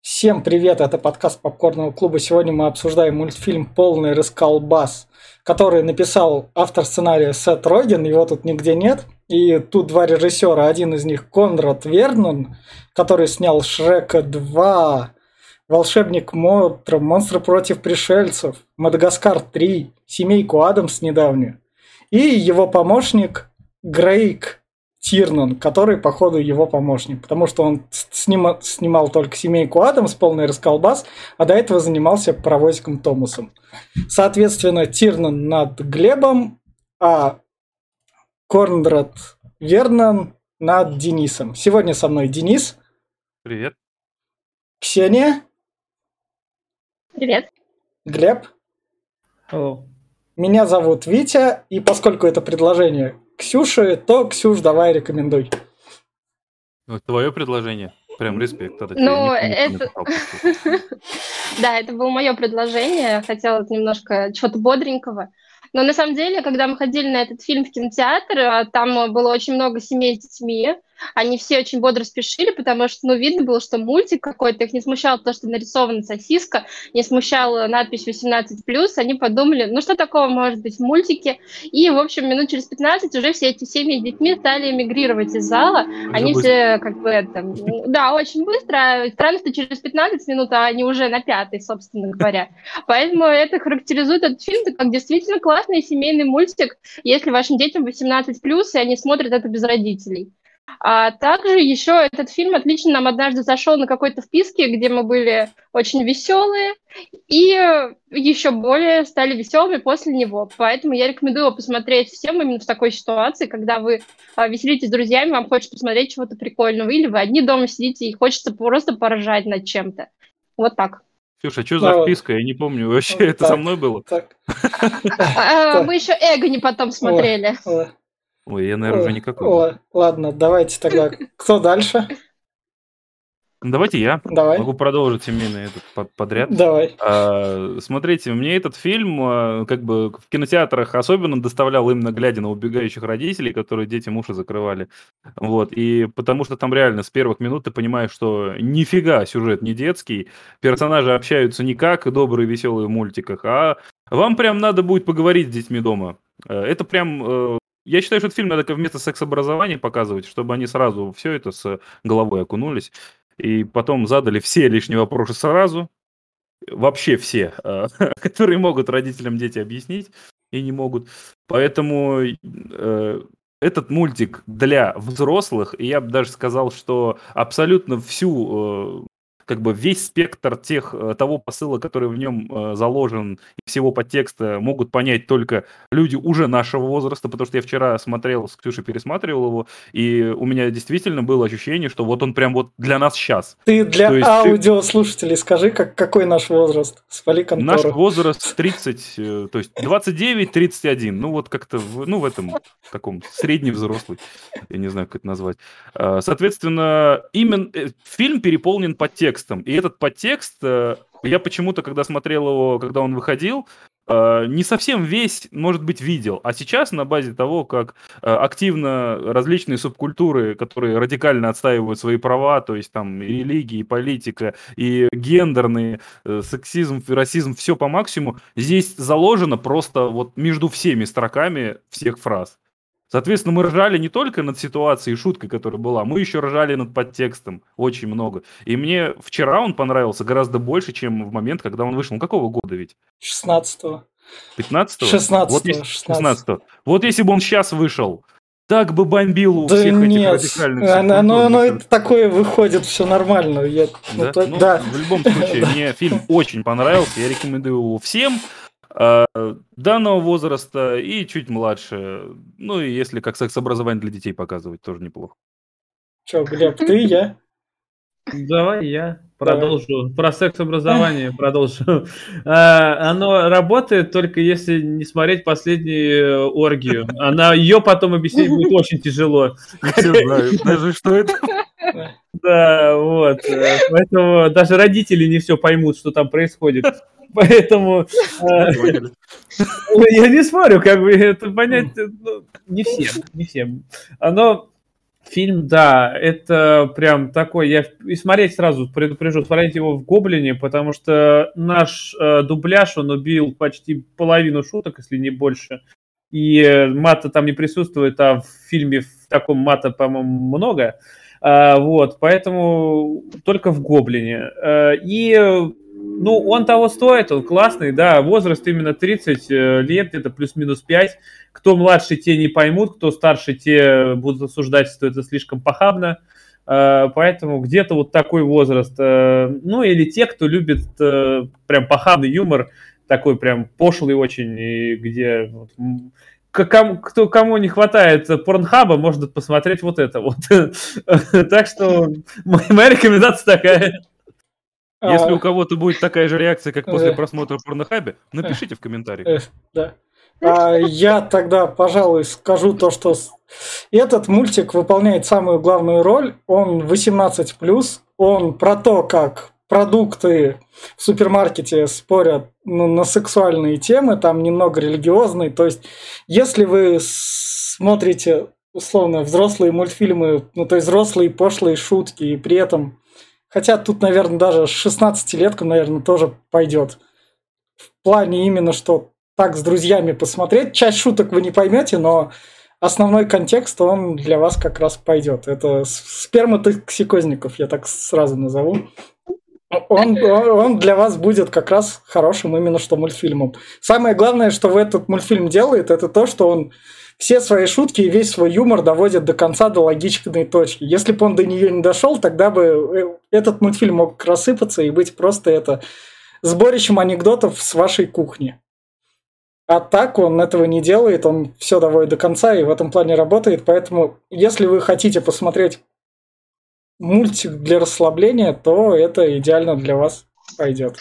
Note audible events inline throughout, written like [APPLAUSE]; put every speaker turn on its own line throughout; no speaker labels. Всем привет, это подкаст Попкорного клуба. Сегодня мы обсуждаем мультфильм «Полный расколбас», который написал автор сценария Сет Роген, его тут нигде нет. И тут два режиссера, один из них Конрад Вернон, который снял «Шрека 2», «Волшебник Мотра», «Монстры против пришельцев», «Мадагаскар 3», «Семейку Адамс» недавнюю. И его помощник Грейк Тирнан, который, походу, его помощник, потому что он с- снима- снимал только «Семейку Адамс», полный расколбас, а до этого занимался паровозиком Томасом. Соответственно, Тирнан над Глебом, а Конрад Вернан над Денисом. Сегодня со мной Денис,
Привет.
Ксения,
Привет.
Глеб. Меня зовут Витя, и поскольку это предложение Ксюши, то, Ксюш, давай рекомендуй.
Ну, твое предложение. Прям респект. от тебя.
Ну,
Никто не
это... [LAUGHS]
написал просто.
Да, это было мое предложение. Хотелось немножко чего-то бодренького. Но на самом деле, когда мы ходили на этот фильм в кинотеатр, а, там а, было очень много семей с детьми. Они все очень бодро спешили, потому что, ну, видно было, что мультик какой-то. Их не смущало то, что нарисована сосиска, не смущала надпись 18+. Они подумали, ну, что такого может быть в мультике? И, в общем, минут через 15 уже все эти семьи с детьми стали эмигрировать из зала, Они
Любой-
все как бы это, м, да, очень быстро. Странно, что через 15 минут, а они уже на пятой, собственно говоря. Поэтому это характеризует этот фильм как действительно классный семейный мультик, если вашим детям 18 плюс, и они смотрят это без родителей. А также еще этот фильм отлично нам однажды зашел на какой-то вписке, где мы были очень веселые и еще более стали веселыми после него. Поэтому я рекомендую его посмотреть всем именно в такой ситуации, когда вы а, веселитесь с друзьями, вам хочется посмотреть чего-то прикольного, или вы одни дома сидите и хочется просто поражать над чем-то. Вот так.
Ксюша, что
Да,
за
вот.
вписка? Я не помню. Вообще,
Ну, Вот
это со
так.
мной было?
Так,
А, Мы еще Эго не потом смотрели.
ла-
Ой, я, наверное, уже никакой. был.
ла- ладно, давайте тогда. Кто дальше?
Ну, Давайте я.
Давай.
Могу продолжить семейный этот под- подряд.
Давай.
А, Смотрите, мне этот фильм а, как бы в кинотеатрах особенно доставлял именно глядя на убегающих родителей, которые детям уши закрывали. Вот, и потому что там реально с первых минут ты понимаешь, что нифига сюжет не детский, персонажи общаются не как добрые веселые в мультиках, а вам прям надо будет поговорить с детьми дома. Э, Это прям... э, Я считаю, что этот фильм надо как вместо секс-образования показывать, чтобы они сразу все это с головой окунулись. И потом задали все лишние вопросы сразу, вообще все, э, [LAUGHS] которые могут родителям дети объяснить и не могут. Поэтому э, этот мультик для взрослых, и я бы даже сказал, что абсолютно всю, э, как бы весь спектр тех, э, того посыла, который в нем э, заложен, и всего подтекста могут понять только люди уже нашего возраста, потому что я вчера смотрел, с Ксюшей пересматривал его, и у меня действительно было ощущение, что вот он прям вот для нас сейчас.
Ты для
То есть ты-
аудиослушателей скажи, как, какой наш возраст. Спали
Наш
контору.
возраст 30, э, то есть 29-31, ну вот как-то, в, ну в этом таком средневзрослый, я не знаю, как это назвать. А, Соответственно, именно э, фильм переполнен подтекстом, и этот подтекст, э, я почему-то, когда смотрел его, когда он выходил, э, не совсем весь, может быть, видел. А сейчас на базе того, как э, активно различные субкультуры, которые радикально отстаивают свои права, то есть там и религии, и политика, и гендерные, э, сексизм, фи- расизм, все по максимуму. Здесь заложено просто вот между всеми строками всех фраз. Соответственно, мы ржали не только над ситуацией и шуткой, которая была, мы еще ржали над подтекстом очень много. И мне вчера он понравился гораздо больше, чем в момент, когда он вышел. Ну, какого года ведь?
16-го.
15-го?
16-го,
Вот если-
16-го.
16-го. Вот если бы он сейчас вышел, так бы бомбил у
Да
всех этих
нет,
радикальных
оно, оно-
субкультур.
оно и такое выходит, все нормально. Я, ну,
Да?
то-
Ну,
да.
В любом случае,
[LAUGHS]
мне фильм очень понравился. Я рекомендую его всем э, данного возраста и чуть младше. Ну, и если как секс-образование для детей показывать, тоже неплохо.
Че, Глеб, ты, я?
Давай я
Давай.
продолжу. Про секс-образование продолжу. А, Оно работает только если не смотреть последнюю э, оргию. Она ее потом объяснить будет очень тяжело.
Все знают даже, что это. [LAUGHS]
Да, вот. Э, Поэтому даже родители не все поймут, что там происходит. Поэтому э, я не смотрю, как бы это понять э, ну, не всем, не всем. Оно Фильм, да, это прям такой, я и смотреть сразу предупрежу, смотреть его в «Гоблине», потому что наш э, дубляж, он убил почти половину шуток, если не больше, и э, мата там не присутствует, а в фильме в таком мата, по-моему, много, А, вот, поэтому только в «Гоблине». Э, и, э, ну, он того стоит, он классный, да, возраст именно 30 э, лет, где-то плюс-минус 5, кто младше, те не поймут, кто старше, те будут осуждать, что это слишком похабно. Э, Поэтому где-то вот такой возраст. э, Ну, или те, кто любит э, прям похабный юмор, такой прям пошлый очень, и где вот, м, к- кому, кто, кому не хватает э, порнхаба, может посмотреть вот это вот. [LAUGHS] Так что мо- моя рекомендация такая.
Если
А,
у кого-то будет такая же реакция, как после
Да.
просмотра порнохаби, напишите в комментариях.
Э, Да. А, я тогда, пожалуй, скажу то, что с- этот мультик выполняет самую главную роль. Он 18+, он про то, как продукты в супермаркете спорят ну, на сексуальные темы, там немного религиозные. То есть, если вы смотрите, условно, взрослые мультфильмы, ну, то есть взрослые пошлые шутки, и при этом... Хотя тут, наверное, даже 16-леткам, наверное, тоже пойдет. В плане именно, что так с друзьями посмотреть. Часть шуток вы не поймете, но основной контекст, он для вас как раз пойдет. Это с- сперматоксикозников, я так сразу назову. Он, он- он для вас будет как раз хорошим именно что мультфильмом. Самое главное, что в этот мультфильм делает, это то, что он все свои шутки и весь свой юмор доводит до конца, до логичной точки. Если бы он до нее не дошел, тогда бы э, этот мультфильм мог рассыпаться и быть просто это сборищем анекдотов с вашей кухни. А так он этого не делает, он все доводит до конца и в этом плане работает. Поэтому, если вы хотите посмотреть мультик для расслабления, то это идеально для вас пойдет.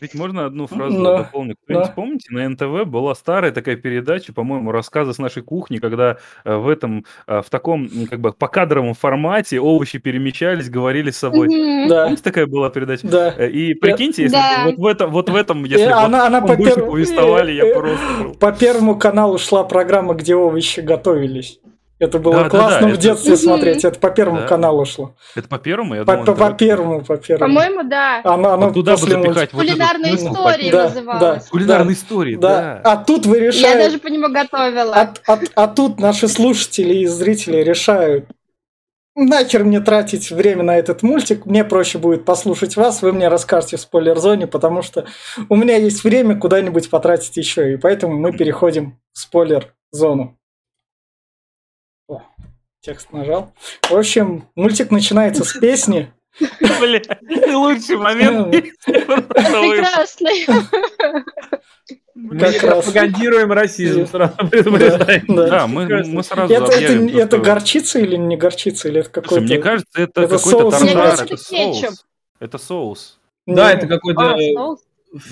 Ведь можно одну фразу
Ну Да,
дополню? Кто-нибудь
да.
помните, на НТВ была старая такая передача, по-моему, рассказы с нашей кухни, когда э, в этом, э, в таком, м, как бы, покадровом формате овощи перемещались, говорили с собой.
Мгм.
Да,
Помните, такая была передача?
да.
Э, И прикиньте, если
Да.
бы вот в этом, вот в этом, если
И
бы вот
она-
в
она
таком
по
духе
первой-
повествовали,
э,
я
э,
просто... был.
По Первому каналу шла программа, где овощи готовились. Это было
Да, да,
классно
да,
в
это-
детстве
Мгм.
смотреть. Это по Первому
Да.
каналу шло.
Это по первому, я
По,
думал,
по- по
это-
Первому, по Первому.
По-моему, да.
Оно- оно
Вот туда бы
после мульти-
запихать вот этот
Кулинарные
смысл,
истории
Да,
называлась.
Кулинарные истории,
Да.
да. [LAUGHS]
А тут вы решаете...
Я даже по нему готовила.
А, а- а тут наши слушатели и зрители решают, нахер мне тратить время на этот мультик, мне проще будет послушать вас, вы мне расскажете в спойлер-зоне, потому что у меня есть время куда-нибудь потратить еще, и поэтому мы переходим в спойлер-зону. О, текст нажал. В общем, мультик начинается с песни.
Бля, лучший момент. Просто вы- [LAUGHS]
Прекрасный.
Мы
Как раз.
пропагандируем расизм, сразу предупреждаем.
Да,
Да.
мы, мы сразу
Это, это,
объявим,
не-
то,
это
что-
горчица или не горчица, или это
Слушай,
какой-то...
мне кажется, это,
это
какой-то
соус.
тарзан,
Мне кажется,
это
соус.
кетчуп.
Это соус.
Не-
Да, это какой-то... э,
А,
ну,
соус.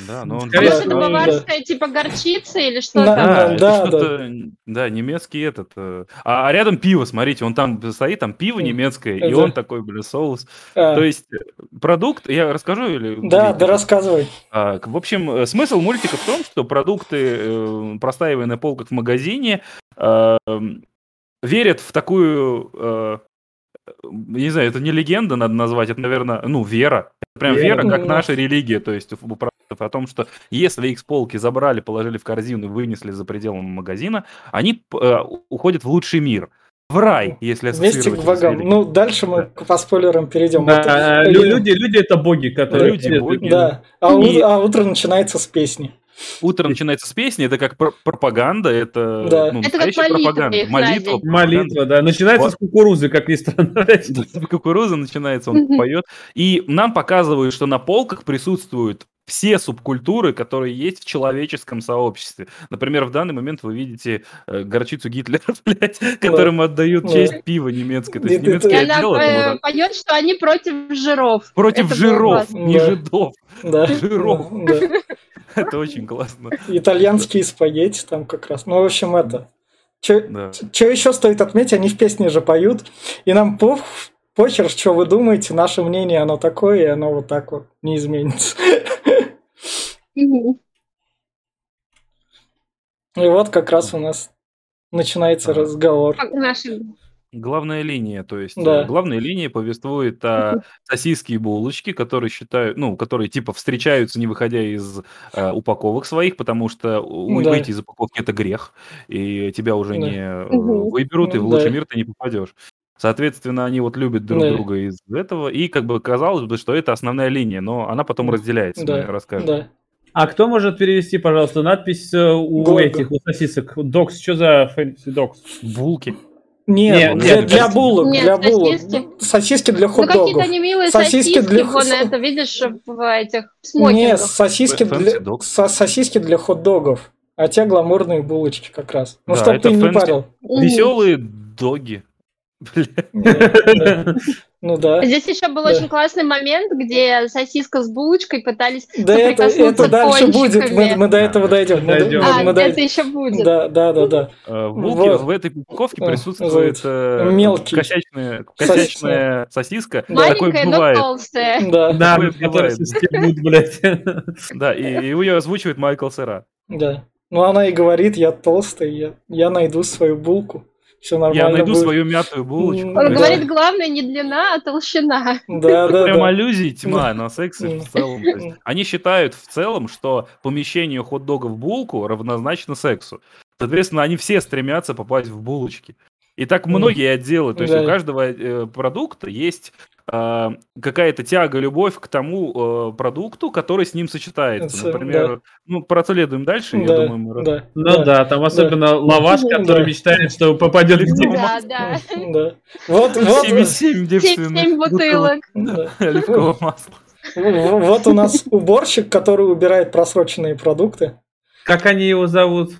Да, но он...
Скорее
Может, это
всего,
баварская, типа горчица или
Да.
что-то?
Да,
Да,
это
да,
что-то- да, немецкий этот. э, А, а рядом пиво, смотрите, он там стоит, там пиво
Мгм.
немецкое, и
Да.
он такой, бля, соус.
А,
То есть э, продукт, я расскажу или...
да,
Или-
да, рассказывай.
А, к- В общем, э, смысл мультика в том, что продукты, э, простаивая на полках в магазине, э, м, верят в такую... э, м, Не знаю, это не легенда надо назвать, это, наверное, ну, вера. Это прям
Вера.
вера, как
Мгм.
наша религия, то есть у продуктов о том, что если их с полки забрали, положили в корзину и вынесли за пределом магазина, они п- э, у- уходят в лучший мир. В рай, если
Вместе
ассоциировать
к
это с
богам.
религией.
Ну, дальше мы к- по спойлерам перейдем.
Да, а
Это-
лю-
э,
люди, люди это боги, которые...
Люди
следуют
боги.
им.
Да. А,
И-
у- а утро начинается с песни.
Утро начинается с песни, это как пр- пропаганда, это,
Да.
ну,
Это как
настоящая
молитва
пропаганда.
их на
молитва,
день.
пропаганда.
Молитва, да. Начинается
Вот.
с кукурузы, как ни странно.
[LAUGHS]
[LAUGHS]
Да, Кукуруза начинается, он
Мгм.
поет. И нам показывают, что на полках присутствуют все субкультуры, которые есть в человеческом сообществе. Например, в данный момент вы видите э, горчицу Гитлера, [LAUGHS] блядь, которому отдают
Да.
честь пива немецкое. То есть
Да, да,
И
немецкое
Я
она
дело
э,
это вот
поет, что они против жиров.
против
Это было
жиров,
классно.
не
Да.
жидов. [LAUGHS]
Да.
Жиров.
Да.
Это очень классно.
Итальянские спагетти там как раз. Ну, в общем, это. Че
Да.
еще стоит отметить, они в песне же поют. И нам пох похер, что вы думаете, наше мнение, оно такое, и оно вот так вот не изменится. [LAUGHS]
Мгм.
И вот как раз у нас начинается
Ага.
разговор.
Как наши
Главная линия, то есть
Да.
э, главная линия повествует о сосиски и булочки, которые считают, ну, которые типа встречаются, не выходя из э, упаковок своих, потому что у-
Да.
выйти из упаковки это грех, и тебя уже
Да.
не э,
Мгм.
выберут, и в
Ну, да.
лучший мир ты не попадешь. Соответственно, они вот любят друг
Да.
друга из этого, и как бы казалось бы, что это основная линия, но она потом
Да.
разделяется, мы
Да.
расскажем.
Да.
А кто может перевести, пожалуйста, надпись э, у
Глагол.
этих у сосисок? Докс, что за фэнтези докс?
Булки.
Нет,
Нет,
для,
нет,
для
нет.
булок,
Нет,
для булок.
сосиски.
Сосиски для
Ну, какие-то
хот-догов.
они милые
Сосиски
сосиски,
для
вон
хот-
это, видишь, в этих в
Не,
смокингах.
сосиски
Фэ-
для,
фэнси дог.
со- сосиски для хот-догов. А те гламурные булочки как раз. Ну,
Да,
чтоб
это
ты не
фэнси.
парил.
Мгм.
Веселые доги. Бля.
Да, да. Ну да.
Здесь еще был
Да.
очень классный момент, где сосиска с булочкой пытались
Да это,
соприкоснуться
это дальше будет. Мы,
кончиками.
мы до этого
Да,
дойдем. Мы,
дойдем.
до-
А,
мы- мы
это
дойдем.
еще будет.
Да, да, да,
[LAUGHS]
да.
Э, В булке,
Вот.
в этой упаковке
Э,
присутствует э,
мелкий.
косячная,
Сосиска.
косячная сосиска.
Да.
Маленькая,
Такое
но
бывает.
толстая.
Да,
Да,
Такое бывает.
которые состебут, блядь. [LAUGHS]
Да, и, и ее озвучивает Майкл Сера.
да. Ну она и говорит, я толстый, я, я найду свою булку. Все нормально
Я найду
будет.
свою мятую булочку.
Он
То
Он
есть
говорит, главное не длина, а толщина.
Да,
это
да,
прям
да.
аллюзии тьма на секс и
Мгм.
в целом. То есть они считают в целом, что помещение хот-дога в булку равнозначно сексу. Соответственно, они все стремятся попасть в булочки. И так
Мгм.
многие отделы, то есть
Да.
у каждого э, продукта есть э, какая-то тяга, любовь к тому э, продукту, который с ним сочетается.
Ц-
Например, ну, проследуем дальше, я
Да,
думаю, мы раз-
да,
Ну да, там особенно лаваш,
Да.
который мечтает, что попадет в
Ну,
дерьмо.
Да, да.
да. Вот, вот.
Всеми семь девственных [LAUGHS]
Семь бутылок.
да.
оливкового масла.
В- Вот у нас уборщик, который убирает просроченные продукты.
Как они его зовут?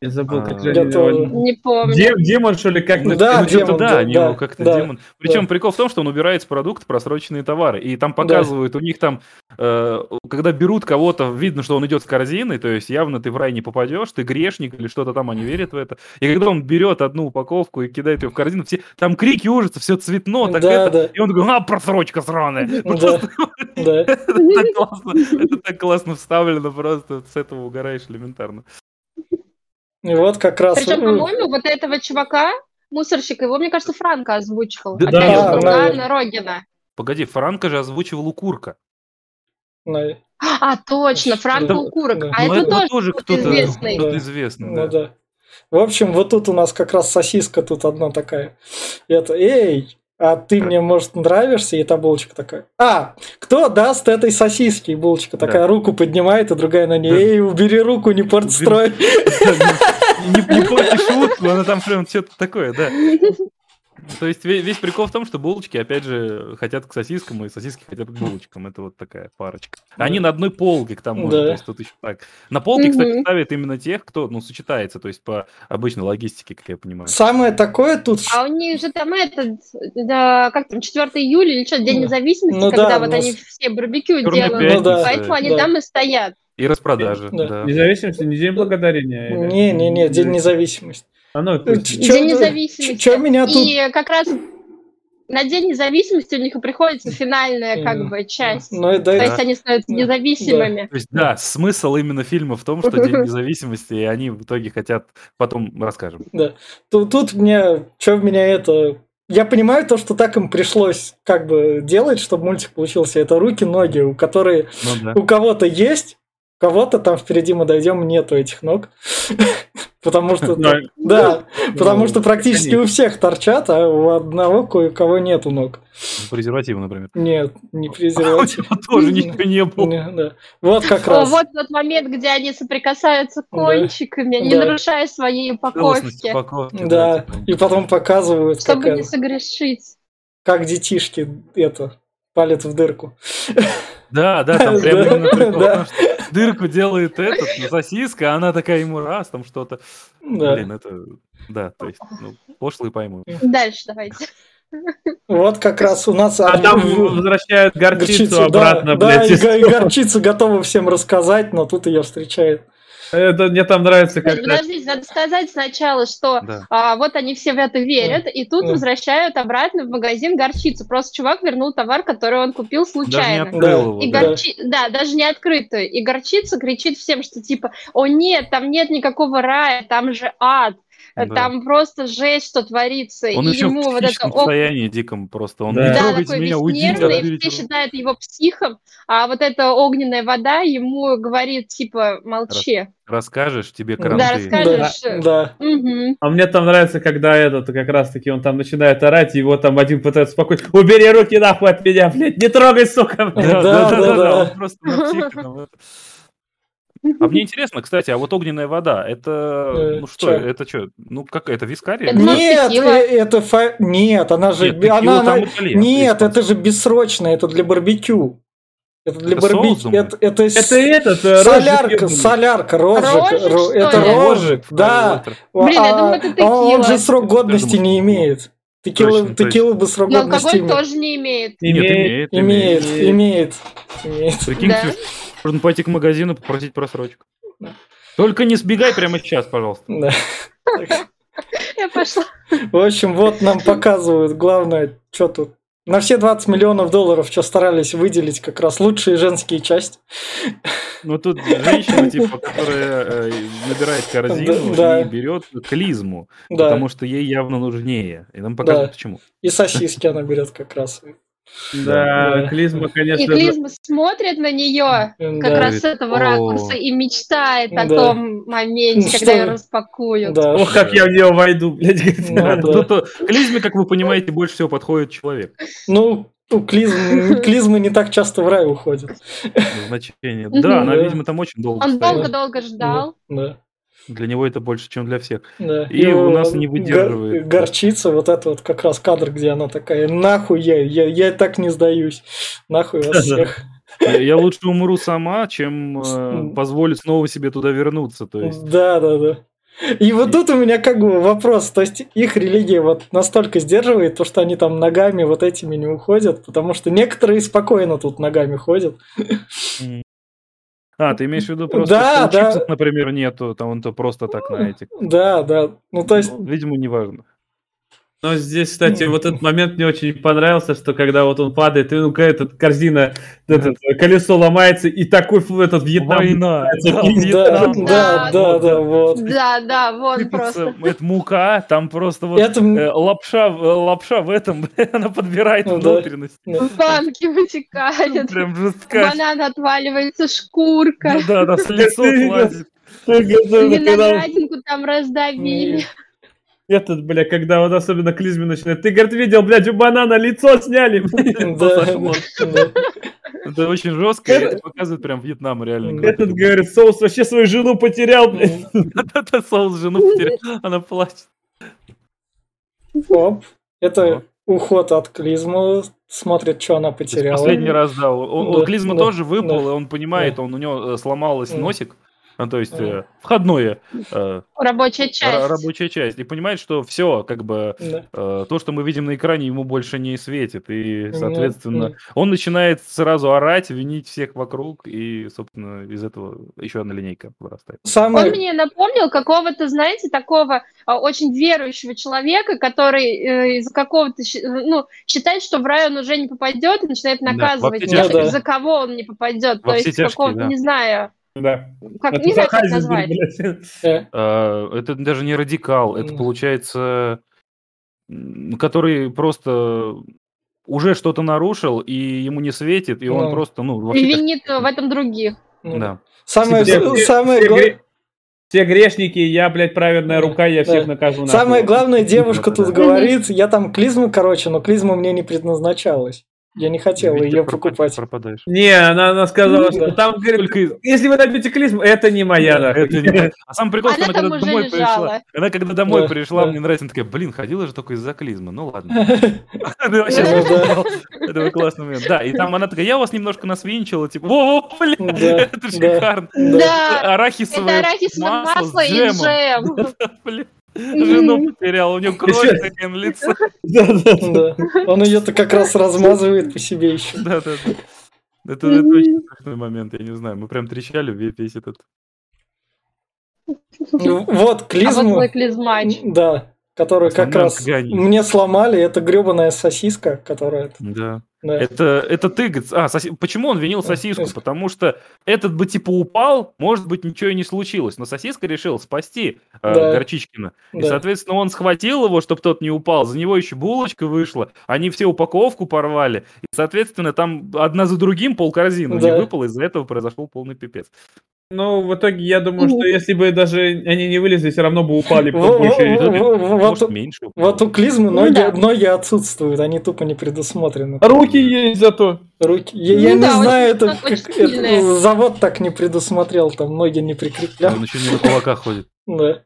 Я забыл, как же
А,
они
готово.
его-
Не помню.
Дем- Демон, что ли, как
Да,
Ну, что-то
демон,
да,
да,
они
да,
его как-то
да,
демон. Причем прикол в том, что он убирает с продукта просроченные товары. И там показывают, у них там, э, когда берут кого-то, видно, что он идет с корзины, то есть явно ты в рай не попадешь, ты грешник или что-то там, они верят в это. И когда он берет одну упаковку и кидает ее в корзину, все, там крики ужаса, все цветно, так
да,
это.
да,
И он такой, а, просрочка сраная. Ну,
да, да.
[LAUGHS] это так классно, это так классно вставлено, просто с этого угораешь элементарно.
И вот как раз...
Причем,
э,
по-моему, вот этого чувака, мусорщика, его, мне кажется, Франко озвучивал.
Да,
Опять
да,
же, рука
да.
на Родина.
Погоди, Франко же озвучивал Укурка.
на-
А, точно, Франко
Да,
Укурок.
да.
А
Но
это тоже кто-то
кто-то
известный.
кто-то
Да.
известный,
Ну
да.
да. В общем, вот тут у нас как раз сосиска тут одна такая. И Это, эй, а ты мне, может, нравишься? И та булочка такая. А, кто даст этой сосиски? И булочка
Да.
такая руку поднимает, и другая на ней.
Да.
Эй, убери руку, не порт строй.
Не, [LAUGHS] не порти шутку, она там прям что-то такое, да. То есть ве- весь, прикол в том, что булочки, опять же, хотят к сосискам, и сосиски хотят к булочкам. Это вот такая парочка. Они на одной полке, к тому же,
Да.
то есть тут еще так. На полке, кстати,
Мгм.
ставят именно тех, кто, ну, сочетается, то есть по обычной логистике, как я понимаю.
Самое такое тут... ш-
А у них же там этот, да, как там, 4 июля или что, День
Ну,
независимости,
ну да,
когда
у
вот
нас
они все барбекю
Черная
делают.
Ну да.
Поэтому они
да.
там и стоят.
И распродажи,
Да.
да.
Независимость, не День Благодарения. или-
Не-не-не, День независимости.
А ну, это-
Э, ч- чё-
День независимости.
чё меня тут...
И как раз на День независимости у них и приходится финальная как
Мгм.
бы часть.
Ну, и да,
То
и-
есть они становятся
Да.
независимыми.
То есть, да, смысл именно фильма в том, что [LAUGHS] День независимости, и они в итоге хотят, потом расскажем.
Тут, тут мне, что меня это... Я понимаю то, что так им пришлось как бы делать, чтобы мультик получился. Это руки-ноги, у которые...
Ну [LAUGHS] да.
У кого-то есть, у кого-то там впереди мы дойдем, нету этих ног. [LAUGHS] Потому что...
Да.
Да, потому
Ну,
что практически у всех торчат, а у одного кое-кого нету ног.
Презервативы, например.
Нет, не
У [LAUGHS]
презирайте.
тебя тоже ничего не было.
Не, да. Вот как
О,
раз.
вот тот момент, где они соприкасаются кончиками, не
Да.
нарушая своей
Целостность
упаковки,
упаковки, типа.
Да, и потом показывают, как,
чтобы не
это-
согрешить.
как детишки это палят в дырку.
Да, да, там прям
Да,
именно прикол,
да.
потому что дырку делает этот, ну, сосиска, а она такая ему раз, там что-то.
Да.
Блин, это... Да, то есть, ну, пошлые поймут.
Дальше давайте.
Вот как раз у нас...
А
об-
там
в-
возвращают горчицу
горчицу, да,
обратно,
да,
блядь.
и,
из-
га- и горчицу готова всем рассказать, но тут ее встречает.
Это мне там нравится, как...
Подождите, надо сказать сначала, что
Да.
а, вот они все в это верят, и тут
Да.
возвращают обратно в магазин горчицу. Просто чувак вернул товар, который он купил
Даже не
случайно.
открыл
Да.
его.
И
да.
горчи... да. даже не открытую. И горчица кричит всем, что типа, о нет, там нет никакого рая, там же ад.
Да.
Там просто жесть, что творится.
Он
и
еще
ему
в
вот это
психическом
ок-
состоянии диком просто. Он
Да.
не
Да,
трогайте меня, уйдите.
беснервный,
отберите
все
руку».
считают его психом, а вот эта огненная вода ему говорит, типа, молчи.
Расскажешь, тебе
Да,
каранты.
расскажешь.
Да,
Скажешь,
да.
Мгм.
А мне там нравится, когда этот как раз-таки он там начинает орать, и его там один пытается успокоить. Убери руки нахуй от меня, блядь, не трогай, сука. блядь».
Да, да, да, да,
да.
он просто на всех там это. А мне интересно, кстати, а вот огненная вода, это,
Э,
ну что,
чё?
это что, ну как это, вискария?
Это может,
Нет,
текила?
э, это фа- Нет, она же...
Нет, текила
она-
там
она-
удали,
Нет,
испанская.
это же бессрочно, это для барбекю. Это для
Это соус,
барбекю.
думаю?
Это, это с-
Это этот... э,
солярка,
Роджер
солярка, розжиг.
Розжиг,
ро-
что
это
ли?
розжик, да.
Блин, я
А-
думала, это
а Он
текила.
же срок годности
думал,
не
что текила.
имеет. Текила,
Точно,
текила бы срок
Но
годности
алкоголь
имеет.
тоже не имеет.
Нет,
Имеет.
имеет,
Имеет,
имеет.
имеет, имеет.
Прикинь,
Да.
ты- можно пойти к магазину попросить просрочку. Только не сбегай прямо сейчас, пожалуйста.
Да. [LAUGHS]
Я пошла.
В общем, вот нам показывают главное, что тут. На все 20 миллионов долларов, что старались выделить как раз лучшие женские части.
Ну тут женщина, типа, которая э, набирает корзину
Да.
и берет клизму,
Да.
потому что ей явно нужнее. И нам показывают,
Да.
почему.
И сосиски она берет как раз.
Да,
Да.
клизма,
И
конечно...
Клизм смотрит на нее как
Да.
раз с
О.
этого ракурса и мечтает о
Да.
том моменте,
Что
когда ее
вы?
распакуют.
Да.
Ох, как я в нее войду, блядь. говорит.
Ну,
Да,
да.
тут- тут- Клизме, как вы понимаете, больше всего подходит человек.
Ну, у
[LAUGHS]
клизм- клизмы не так часто в рай уходят.
Значение.
Мгм.
Да, она,
Да.
видимо, там очень долго
Он
стояла.
долго-долго ждал.
Да.
Для него это больше, чем для всех.
да.
И у нас не
гор-
выдерживает.
горчица, вот это вот как раз кадр, где она такая, нахуй я, я, я и так не сдаюсь. Нахуй
[LAUGHS]
вас
Да.
всех.
Я я лучше умру сама, чем э,
С-
позволю снова себе туда вернуться. То есть
Да, да, да. И вот тут у меня как бы вопрос, то есть их религия вот настолько сдерживает, то что они там ногами вот этими не уходят, потому что некоторые спокойно тут ногами ходят.
А, ты имеешь в виду просто,
Да,
что у
да.
чипсов, например, нету, там он то просто так на этих.
Да, да, ну то есть...
Ну, видимо, неважно.
Но здесь, кстати,
Ну.
вот этот момент мне очень понравился, что когда вот он падает, и ну-ка этот корзина, этот, э, колесо ломается, и такой фу, этот Вьетнам.
Война.
Да,
Да,
Ну,
Вьетнам.
да, да, да, вот. Типа
Да, да, вот
Сыпется,
просто.
это Типа, мука, там просто вот
Это... м-
э, лапша, э, лапша в этом, [LAUGHS] она подбирает
Ну да.
внутренность.
Банки вытекают.
Прям жестко.
Банан отваливается, шкурка.
Ну Да, да, с лицо
Ты-
лазит.
Ты готов, когда
Виноградинку
[LAUGHS]
там раздавили.
Этот, бля, когда вот особенно клизме начинает. Ты, говорит, видел, блядь, у банана
[LAUGHS]
лицо сняли. [LAUGHS]
Да,
Сошло.
да.
Это очень жестко, и это показывает прям Вьетнам реально. [LAUGHS] как
Этот, говорит, соус вообще свою жену потерял, блядь.
Это соус жену потерял, она плачет.
Оп. Это
Ага.
уход от клизмы. Смотрит, что она
То есть
потеряла.
Последний раз, да. Он, он-
Да,
клизма
да,
тоже выпал,
да.
и он понимает, он у него э, сломалось
Да.
носик. Ну, то есть
Да.
э, входное, э,
Рабочая
ра-
часть.
рабочая часть. И понимает, что все, как бы,
Да.
э, то, что мы видим на экране, ему больше не светит. И,
Ну,
соответственно,
ну.
он начинает сразу орать, винить всех вокруг. И, собственно, из этого еще одна линейка вырастает.
Он
Самое...
мне напомнил какого-то, знаете, такого а, очень верующего человека, который э, из-за какого-то, щ- ну, считает, что в рай он уже не попадет и начинает
Да,
наказывать,
во все
тех,
тяжкие.
за кого он не попадет,
Во
то
все
есть
тяжкие,
какого-то,
да.
не знаю,
Да.
как,
А
Ну, не
ты
знаю, как
Хазис,
назвать.
блядь.
э,
Э, это даже не радикал, это
Мгм.
получается, м, который просто уже что-то нарушил, и ему не светит, и он
Ну.
просто, ну,
И
вообще...
винит в этом других.
ну,
Да.
Самое,
Все
г-
гре-
самое,
все
гла-
гре- Все грешники, я, блядь, праведная рука, я
Да.
всех накажу. нахуй.
самое главное, девушка
Да,
тут
да.
говорит, я там клизму, короче, но клизма мне не предназначалась. Я не хотел
Видите,
ее
пропа-
покупать.
Пропадаешь.
Не, она, она сказала,
Ну,
что
да.
там, говорит,
Только из-
если вы добьете клизму, это не моя, нахуй.
Это не- А сам прикол, что
Она
она
там
когда
уже
домой
лежала.
пришла. Она когда домой
Да,
пришла,
да.
мне нравится, она такая, блин, ходила же только из-за клизмы. Ну
[LAUGHS]
ладно. [LAUGHS] Это вообще
Ну,
смешно. Это был классный момент. Да, и там она такая, я вас немножко насвинчила, типа, о, блин,
Да,
это
да.
шикарно.
Да, это
Арахисовое
арахисовое
масло с
масло и
джемом.
джем.
[LAUGHS]
А
Блин,
Мгм.
жену потерял, у него кровь
Ещё-
такая на лице.
Да, да, да.
Да. Он ее-то как раз размазывает по себе еще.
Да, да, да. Это, это
Мгм.
очень страшный момент, я не знаю. Мы прям трещали ве- весь этот...
Вот
А вот
Ну, клизму.
А мой клизмач.
Да. которую как
Основная
раз
антагонист.
мне сломали. Это гребаная сосиска, которая...
Да.
да.
Это, это ты, говорит, а, соси- почему он винил сосиску?
Сосиску.
Потому что этот бы типа упал, может быть, ничего и не случилось. Но сосиска решила спасти э,
Да.
Горчичкина. И,
да.
соответственно, он схватил его, чтобы тот не упал. За него еще булочка вышла. Они все упаковку порвали. И, соответственно, там одна за другим полкорзины
Да.
не выпало. Из-за этого произошел полный пипец.
Ну, в итоге, я думаю,
Ну.
что если бы даже они не вылезли, все равно бы упали по
Во- во-
очереди.
во- во- во-
Может,
вот-
меньше упало.
Вот у клизмы
Ну
ноги,
да.
ноги отсутствуют, они тупо не предусмотрены.
Руки есть зато.
Руки. Я,
Ну
я не
да, очень-
знаю, это,
очень
как- это
сильные.
завод так не предусмотрел, там ноги не прикреплял.
Он еще не на кулаках ходит.
Да.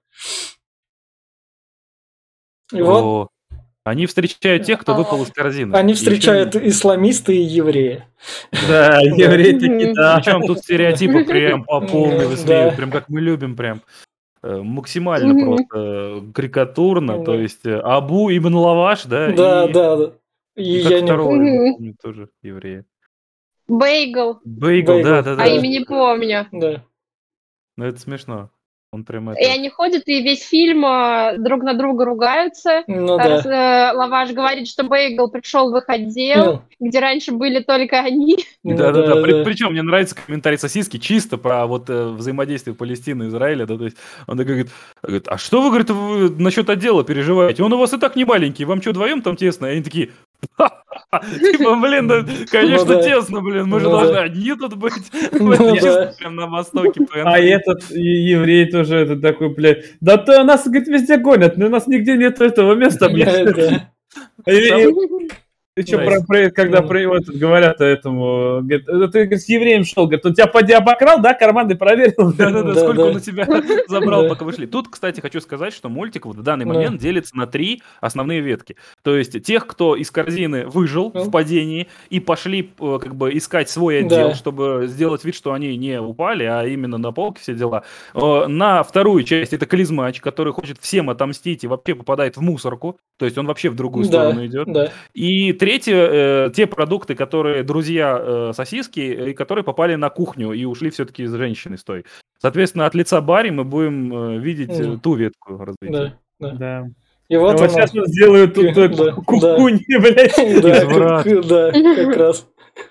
И вот
О. Они встречают тех,
А,
кто выпал из корзины.
они
И еще-
встречают исламисты и евреи. [LAUGHS]
Да, евреи
Мгм.
такие, да.
Причем тут стереотипы
[LAUGHS]
прям по полной
Да.
высмеивают, прям как мы любим, прям э, максимально
Мгм.
просто э, карикатурно, то
Ну Да.
есть э, Абу Ибн Лаваш,
Да,
да? и- ну,
да, да. И
как
я не...
второго, я
Мгм.
не помню, тоже еврея.
Бейгл,
Бейгл,
Бейгл,
да, да, да.
а имя не помню.
Да.
Ну это смешно. Он прям это...
И они ходят и весь фильм э, друг на друга ругаются.
Ну
Раз,
да.
э, Лаваш говорит, что Бейгл пришел, выходил,
Ну,
где раньше были только они.
ну
Да, да, да. Причем мне нравится комментарий сосиски чисто про вот э, взаимодействие Палестины и Израиля. Да, то есть он такой говорит, говорит, а что вы, говорит, вы насчет отдела переживаете? Он у вас и так не маленький, вам что, вдвоем там тесно? И они такие, «Ха-ха-ха». типа, блин,
[LAUGHS]
да,
Ну
конечно,
да.
тесно, блин, мы же
Ну да.
должны одни тут быть.
[LAUGHS]
[LAUGHS]
Ну
Чисто
да.
Прям на востоке. ПНД.
А этот е- еврей тоже этот такой, блядь, да то нас, говорит, везде гонят, но у нас нигде нет
[LAUGHS]
этого места,
Э,
блядь.
Да,
И- и- Ты что,
Да,
про,
если-
про- когда
Ну.
про его этот говорят этому, э, говорит, «Э, ты говорит, с евреем шел, говорит, он тебя поди обокрал, да, карманы проверил?
[LAUGHS]
[LAUGHS]
Да-да-да,
Да,
сколько
да.
он у тебя [LAUGHS] забрал,
Да.
пока вышли. Тут, кстати, хочу сказать, что мультик вот в данный
Да.
момент делится на три основные ветки. То есть тех, кто из корзины выжил
Ну.
в падении и пошли э, как бы искать свой
Да.
отдел, чтобы сделать вид, что они не упали, а именно на полке все дела. Э, На вторую часть это клизмач, который хочет всем отомстить и вообще попадает в мусорку. То есть он вообще в другую
Да.
сторону [LAUGHS] идет.
да.
И третье, э, те продукты, которые друзья э, сосиски, и которые попали на кухню и ушли все-таки из женщины с той. Соответственно, от лица Барри мы будем э, видеть э,
Мгм.
ту ветку развития.
да, да.
Да.
И вот
Вот
оно.
[LAUGHS]
сейчас я сделаю тут э,
Да,
ку- кукунь, [LAUGHS] блядь.
Да,
Изврат.
как-
[LAUGHS]
да, как раз.
Мне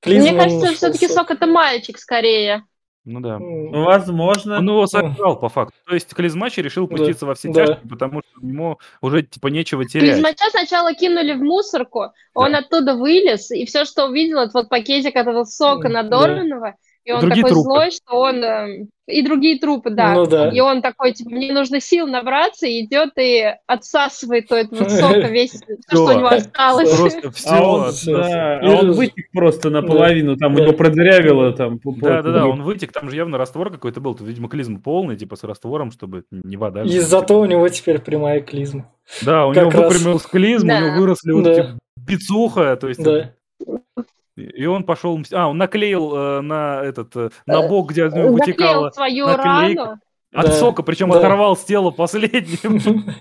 Клизма
кажется,
нашелся.
все-таки сок это мальчик скорее.
Ну да.
М,
Возможно.
Он его сожрал, по факту. То есть Клизмач решил
Да,
пуститься во все
да.
тяжкие, потому что ему уже типа нечего терять.
Клизмача сначала кинули в мусорку, он оттуда вылез, и все, что увидел, это вот пакетик этого сока
М,
надорванного, и он
другие
такой
трупы.
злой, что он... эм, И другие трупы, да.
Ну да.
И он такой, типа, мне нужно сил набраться, и идет и отсасывает у этого сока весь, всё, что у него осталось.
[LAUGHS]
Просто все.
А он, да, а он
И-
вытек просто наполовину, там
Да.
его продырявило там. по- по-
Да, да, да, он вытек, там же явно раствор какой-то был, тут, видимо, клизм полный, типа с раствором, чтобы не вода.
И зато у него теперь прямая клизма.
Да, у
Как
него
раз.
выпрямилась клизма, у
Да.
него выросли вот
Да.
эти бицуха, то есть
Да. [LAUGHS]
И он пошел... мстить. А, он наклеил э, на этот... э, на бок, где от него
Заклеил
вытекало
свою
наклейка.
рану.
от
Да.
сока, причем
Да.
оторвал с
[LAUGHS]
тела последним.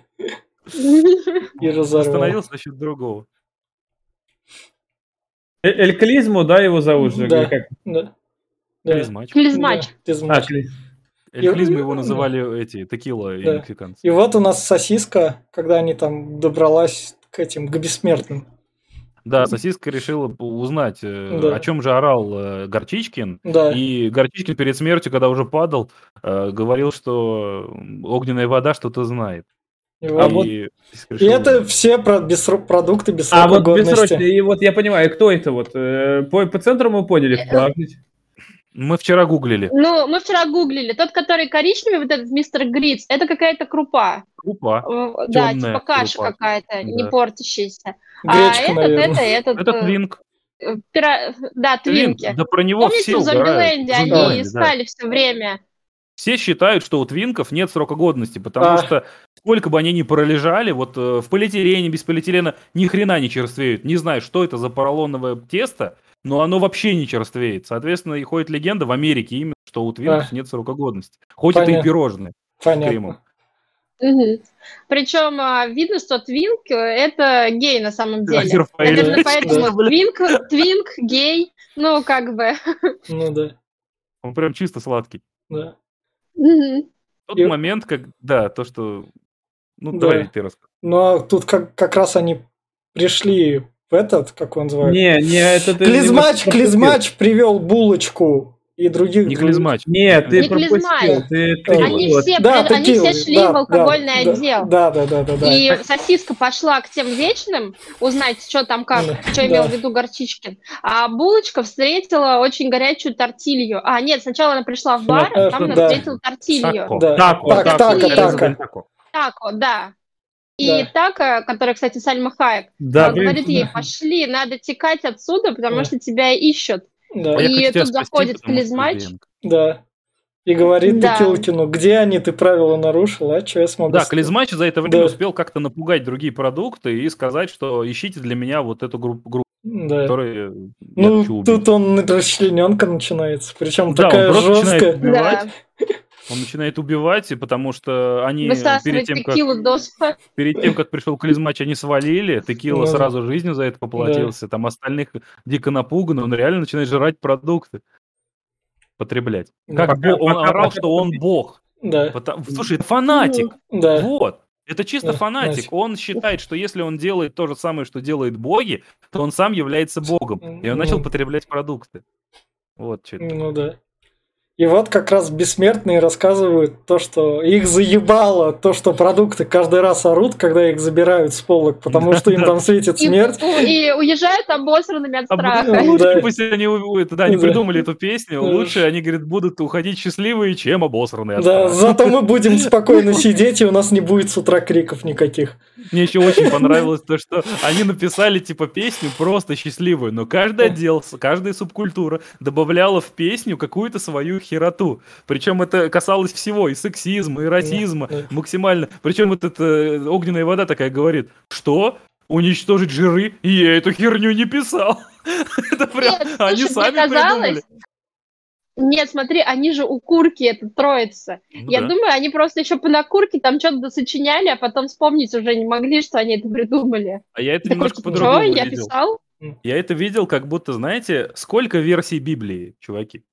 И разорвал.
Остановился за счет другого.
Э- Эль Клизму, да, его зовут же?
Да.
или как?
Да. Да.
Клизмач.
[LAUGHS] Клизмач.
Да, клизмач.
А, Клизму.
И-
Эльклизмы его
Да. [LAUGHS]
называли эти, текила и
Да.
мексиканцы.
И вот у нас сосиска, когда они там добралась к этим, к бессмертным.
Да, сосиска решила п- узнать, э,
Да.
о чем же орал э, Горчичкин.
Да.
И Горчичкин перед смертью, когда уже падал, э, говорил, что огненная вода что-то знает.
И
И
А вот-
сосиска
И
решила
это
узнать.
все про бессро- продукты без
А
срока
вот
годности.
бессрочно, и вот я понимаю, кто это вот? э, По, по центру мы поняли. правда?
Мы вчера гуглили.
Ну, мы вчера гуглили. Тот, который коричневый, вот этот мистер Гриц, это какая-то крупа.
Крупа.
Э, Да,
Тёмная
типа каша
крупа.
какая-то, не
Да.
портящаяся. А
Гречка,
этот,
наверное.
это, этот...
Это
э,
твинк.
э, пира- Да,
Блин,
твинки.
да про него
Помните,
все
в
угорают.
Зомбиленде
В
они
Зомбиленде, да.
искали все время?
Все считают, что у твинков нет срока годности, потому
А.
что сколько бы они ни пролежали, вот э, в полиэтилене, без полиэтилена, ни хрена не черствеют. Не знаю, что это за поролоновое тесто, но оно вообще не черствеет. Соответственно, и ходит легенда в Америке именно, что у твинков нет срока годности. Хоть это и
Понятно.
пирожные с кремом.
Понятно.
Причем а, видно, что твинк э, это гей на самом
Да,
деле.
Рафаэль.
Наверное,
Да,
поэтому
блин.
твинк, твинк, гей, ну как бы.
Ну да.
Он прям чисто сладкий.
да.
Мгм.
Тот
И-
момент, как, да, то, что Ну,
Да.
давай ты расскажи.
Но Ну, а тут как, как раз они пришли в этот, как он называется?
Не, не, это ты...
э, Клизмач,
немножко
Клизмач привел булочку и других...
Не клизмач.
пропустил. Нет, ты
Не
пропустил.
клизмач.
Ты, ты
Они
вот.
Вот.
все,
Да,
блин, они
текилы,
все шли
да,
в алкогольный
да,
отдел.
Да, да, да, да, да.
И сосиска пошла к тем вечным узнать, что там как,
Да.
что имел
Да.
в виду Горчичкин. А булочка встретила очень горячую тортилью. А, нет, сначала она пришла в бар,
Э,
а там она
да.
встретила тортилью.
Тако.
Да.
Так вот,
Так,
так вот.
так, так.
Так вот, да. И
Да.
така, которая, кстати, Сальма Хаек,
Да,
она
блин,
говорит ей, пошли, надо текать отсюда, потому
Да.
что тебя ищут.
Да,
А я
И
хочу тебя
тут
спасти,
заходит
потому что
клизмач.
ты-
да. И говорит
Да.
Текилкину, где они, ты правила нарушил, а что я смогу...
Ну Да,
с-
клизмач за это время
Да.
успел как-то напугать другие продукты и сказать, что ищите для меня вот эту группу, группу
Да.
которую я хочу
Ну,
убить.
тут он на расчлененка начинается, причем
Да, он
такая
просто начинает
жесткая.
Убивать?
Да,
Он начинает убивать, и потому что они перед
высасывает
тем, как,
текилу досуха.
перед тем, как пришел клизмач, они свалили, текила
Ну да.
сразу жизнью за это поплатился, там остальных дико напуган, он реально начинает жрать продукты. Потреблять.
Ну,
Как
пока-
бо- он
пока-
орал,
пока-
[LAUGHS]
что он бог.
Да,
Потому- Слушай, это фанатик.
да,
Вот. Это чисто
Да,
фанатик.
Настя.
Он считает, что если он делает то же самое, что делают боги, то он сам является богом. И он начал
Ну.
потреблять продукты. Вот что это.
ну да. И вот как раз бессмертные рассказывают то, что их заебало, то, что продукты каждый раз орут, когда их забирают с полок, потому что им там светит
И,
смерть.
у- и уезжает обосранными от
А
страха.
Да.
будут- лучше пусть они у- у- это, да, они
Да.
придумали эту песню.
Да.
Лучше они, говорит, будут уходить счастливые, чем обосранные. от
Да,
страха.
зато мы будем спокойно сидеть, и у нас не будет с утра криков никаких.
Мне еще очень понравилось то, что они написали типа песню просто счастливую, но каждый отдел, с- каждая субкультура добавляла в песню какую-то свою хероту. Причем это касалось всего, и сексизма, и расизма,
Да, да.
максимально. Причем вот эта э, огненная вода такая говорит, что? Уничтожить жиры? И я эту херню не писал. [LAUGHS] Это прям,
Нет, слушай,
они
мне
сами придумали.
казалось- Нет, смотри, они же у курки, это троица.
Ну
Я
да.
думаю, они просто еще по накурке там что-то досочиняли, а потом вспомнить уже не могли, что они это придумали.
А я это
Такой,
немножко
что,
Что,
по-другому
я
видел.
писал?
Я это видел, как будто, знаете, сколько версий Библии, чуваки.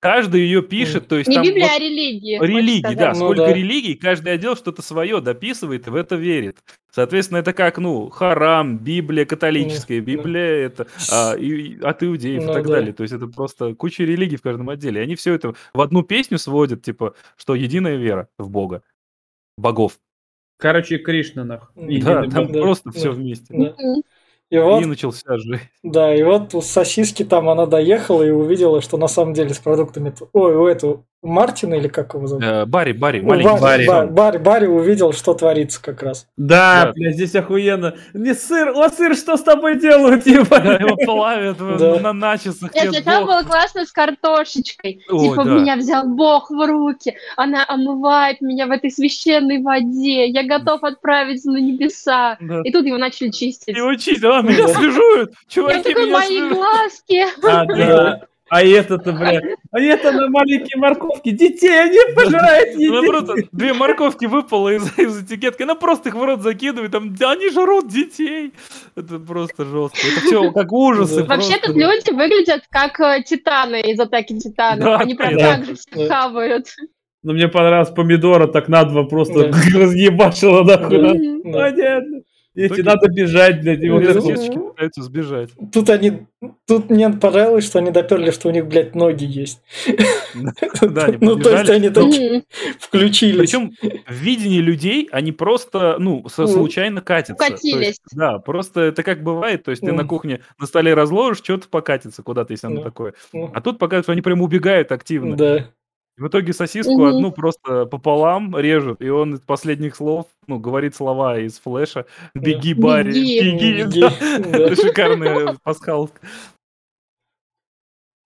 Каждый ее пишет, то есть
Не
там
Библия, а
вот
религии. хочешь
религии,
сказать.
да,
Ну
сколько
да.
религий, каждый отдел что-то свое дописывает и в это верит. Соответственно, это как, ну, харам, Библия католическая,
Ну,
Библия это а, и- и от иудеев и
Ну
так
да.
далее. То есть это просто куча религий в каждом отделе. И они все это в одну песню сводят, типа, что единая вера в Бога, богов.
Короче, Кришна, нахуй.
Да,
Да,
Единый
там
Бог.
просто
Да.
все вместе.
Да.
Мгм.
И вот
И начался жизнь.
Да, и вот у сосиски там она доехала и увидела, что на самом деле с продуктами... т- Ой, у этого у Мартина или как его зовут?
Э, Барри, Барри,
У
маленький
Барри.
Ну, Барри, Ба- Барри, Барри увидел, что творится как раз.
Да,
Да.
бля, здесь охуенно. Не сыр, о, сыр, что с тобой делают, ебать?
Да, его плавят в-
Да.
на- на начисах.
Нет,
тебе
сначала
бог.
было классно с картошечкой.
Ой,
типа,
да.
меня взял Бог в руки, она омывает меня в этой священной воде, я готов отправиться на небеса.
Да.
И тут его начали чистить.
И учись, а, меня свяжут,
Я
чуваки,
такой,
меня
мои
свяжут.
глазки.
[LAUGHS]
А, да. А это-то, бля, а это на маленькие морковки. Детей они пожирают,
Ну,
едят.
просто две морковки выпало из, из этикетки, она просто их в рот закидывает, там, «Да они жрут детей. Это просто жестко. Это все как ужасы.
Да.
просто.
Вообще-то люди выглядят как э, титаны из атаки титанов.
Да,
Они прям
конечно.
так же всех хавают.
Но Ну, мне понравилось помидора, так на два просто
Да.
[LAUGHS] разъебашило, нахуй.
Да.
на-
Мгм.
Да.
Понятно.
Итоге-
Эти надо бежать, блядь. и
И
вот
вот
это
Везут.
вот.
сосисочки пытаются сбежать.
Тут они... Тут мне понравилось, что они доперли, что у них, блядь, ноги есть.
Да, они
[LAUGHS] Ну, то есть
побежали.
они так
Мгм.
включились.
Причем в видении людей они просто, ну, со-
Ну,
случайно катятся. То есть,
укатились.
да, просто это как бывает. То есть ты
Ну.
на кухне на столе разложишь, что-то покатится куда-то, если оно
Ну.
такое.
Ну,
А тут показывают, что они прям убегают активно.
Да.
И В итоге сосиску
Мгм.
одну просто пополам режут, и он из последних слов, ну, говорит слова из флеша «Беги, Барри, беги!», [LAUGHS]
Беги.
да.
Да.
Это шикарная пасхалка.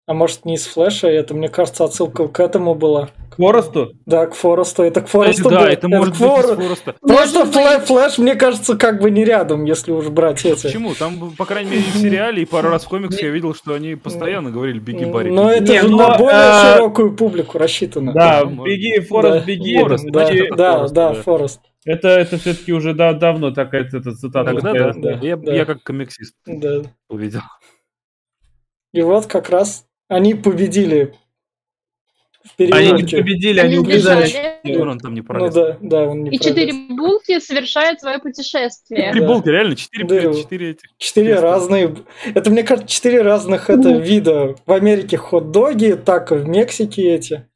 А может, не из флеша, это, мне кажется, отсылка к этому была.
Хворосту?
Да, к Форесту. Это к
Кстати,
Форесту.
да,
был.
это может
к
быть из
Фор-
Фореста.
Просто
Может
Флэ- флэш, мне кажется, как бы не рядом, если уж брать эти.
Почему? Там, по крайней мере, и в сериале, и пару раз в комиксах я видел, что они постоянно говорили «Беги, Барри,
Но ну,
беги».
это
Не,
же
но,
на более
э,
широкую публику рассчитано.
Да,
ну,
беги, Форест,
Да.
беги.
Форест,
да,
значит,
да,
это
да,
Форест, да.
Форест.
Это, это все-таки уже да, давно такая эта цитата.
А Тогда да,
стояла.
да,
Я,
да.
я как комиксист
Да.
увидел. [LAUGHS]
И вот как раз они победили
Они не победили, они убежали.
Ворон там не
Ну
пролез.
да, да, он не
И четыре булки совершают свое путешествие. А
Три
Да.
булки, реально, четыре,
Да.
блядь, четыре этих.
Четыре разные. Это, мне кажется, четыре разных это вида. В Америке хот-доги, так в Мексике эти.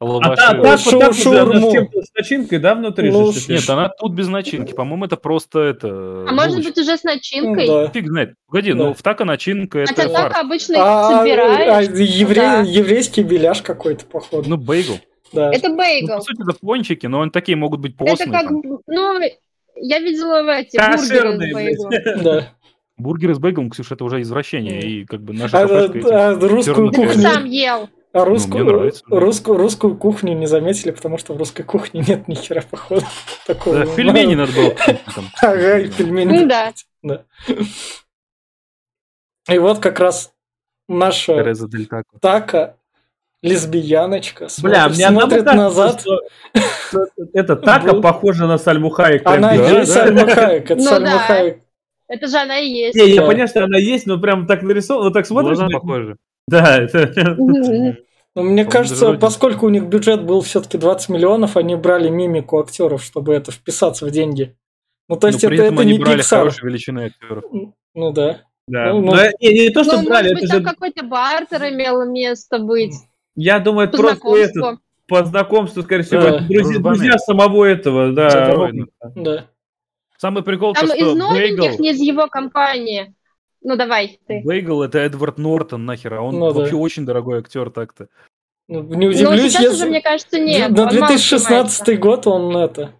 А
лаваши.
та, та,
Шу-
та- та- та- она
шаурму.
с чем-то с начинкой, да, внутри
Ну,
же?
Нет, она тут без начинки. По-моему, это просто это...
А может
булочка.
быть уже с
Ну,
начинкой?
да.
Фиг знает. Погоди,
Да.
ну в така начинка это
Хотя так
фарш.
обычно их
А, а,
собираешь.
евре-
да.
еврейский беляш какой-то, походу.
Ну, бейгл.
да.
Это
Ну,
бейгл.
по сути, это пончики, но они такие могут быть постные.
Это как,
там.
б- ну, я видела в эти бургеры с
Кошерные,
бейглом.
блядь.
да.
Бургеры с бейглом, Ксюша, это уже
Мгм.
извращение. И как бы наша
А,
кафешка этим-
а, русскую
черный
Ты
кухню,
сам ел.
а русскую,
Ну, мне нравится.
русскую, русскую кухню не заметили, потому что в русской кухне нет ни хера, походу. [LAUGHS] Такого.
Да, пельмени надо было. там.
[LAUGHS] Ага, и а, э, пельмени.
Ну да.
Да. И вот как раз наша
Тереза Дель Тако.
Така, лесбияночка,
Бля,
смотрит,
мне одному
смотрит
кажется,
назад.
что Это така похожа на Сальму Хайек. прям
Она
пиздец.
и есть
да.
Сальма Хайек, это
Ну
Сальма
да.
Хайек.
Это же она и есть.
[LAUGHS] Не, я
Да.
понял, что она есть, но прям так нарисовано, вот так смотришь.
Глаза
блядь,
похожи. Ну,
Да, это... [LAUGHS]
Мгм.
Но Ну, мне
Он
кажется,
жирный.
поскольку у них бюджет был все-таки 20 миллионов, они брали мимику актеров, чтобы это вписаться в деньги. Ну, то
Но
есть
при
это,
этом
это
они
не
брали
Pixar.
хорошей величины актеров.
Ну да.
Да.
Ну, ну.
Но Не, не то, что
Ну,
брали,
может быть,
это же...
там какой-то бартер имел место быть.
Я думаю, это
По
просто
знакомству.
это, по знакомству, скорее всего,
Да,
это друзья,
дружбаны.
друзья самого этого, да.
Да,
Робина.
Да.
Э, Самый прикол, то,
Там из
что
новеньких
бейгл,
не из его компании. Ну давай ты.
бейгл это Эдвард Нортон нахер, а он
Ну да.
вообще очень дорогой актер так-то.
Ну, Не
Но
удивлюсь,
сейчас уже,
если...
мне кажется, нет.
на
он мало
2016 год он это...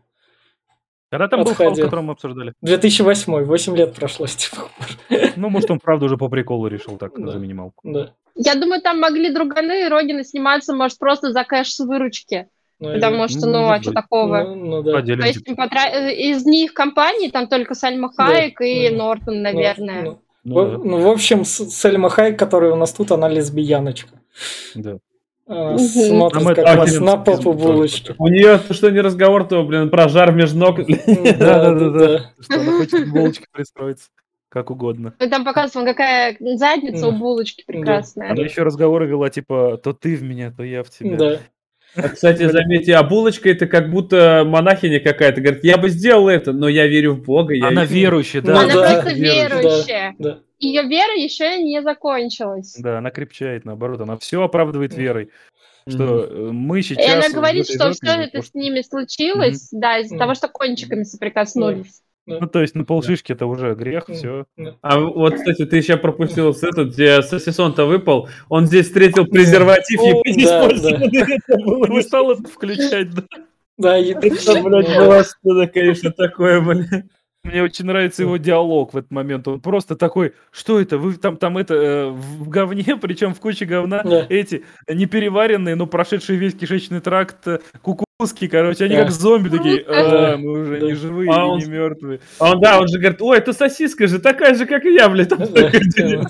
Когда там был
Подходил.
Халк, который мы обсуждали?
2008, 8 лет прошло с тех пор. [LAUGHS]
Ну, может, он правда уже по приколу решил так,
Да.
за минималку.
Да.
Я думаю, там могли друганы и Родины сниматься, может, просто за кэш с выручки.
Ну,
Потому что,
ну,
ну, а
может
что
быть.
такого?
ну, ну
По
да.
отдельным
То есть
типам.
им потра- э, из них компаний там только Сальма
Да,
Хайек и
да.
Нортон,
Ну,
наверное.
ну,
Ну
в- ну, в общем, с- Сельма Хайек, которая у нас тут, она лесбияночка.
да, да.
Она
Мгм.
Смотрит
Там
как
это
раз на
агентский
попу
тоже
булочки.
У нее то, что не разговор, то, блин, про жар между ног.
Да-да-да-да. [LAUGHS] Что она хочет к булочке пристроиться, как угодно.
Ну, Там показывал, какая задница у
Да.
булочки прекрасная.
Она еще разговоры вела, типа, то ты в меня, то я в тебя.
Да.
А, Кстати, заметьте, а булочка это как будто монахиня какая-то. Говорит, я бы сделала это, но я верю в Бога. Я
Она
верю».
верующая, да.
Ну да,
Она просто
верующая, да.
верующая.
Да.
Ее вера еще не закончилась.
Да, она крепчает, наоборот, она все оправдывает верой,
Мгм.
что э, мы сейчас...
И она
в
говорит,
этой
что
жопе,
все
вот,
это
может,
с ними случилось, да, из-за
Мгм.
того, что кончиками соприкоснулись.
Ну, то есть на полшишки это уже грех,
Мгм.
все.
А вот, кстати, ты еще пропустил с этот, где сосисон-то выпал. Он здесь встретил презерватив, его не
да,
использовали. Это было
Не стал это включать, да.
[LAUGHS] Да, и-
Это, блядь,
ну,
было что-то, конечно, такое, блядь.
Мне очень нравится его диалог в этот момент. Он просто такой, что это, вы там, там это, э, в говне, [LAUGHS] причем в куче говна,
Да.
эти непереваренные, но прошедшие весь кишечный тракт э, кукуски, короче, они
Да.
как зомби такие,
Да.
«А, мы уже
Да.
не живые,
А
и
он-
не мертвые.
А он, да, он же говорит, ой, это сосиска же, такая же, как и я, блядь.
[LAUGHS]
Там
Да.
такой дядя.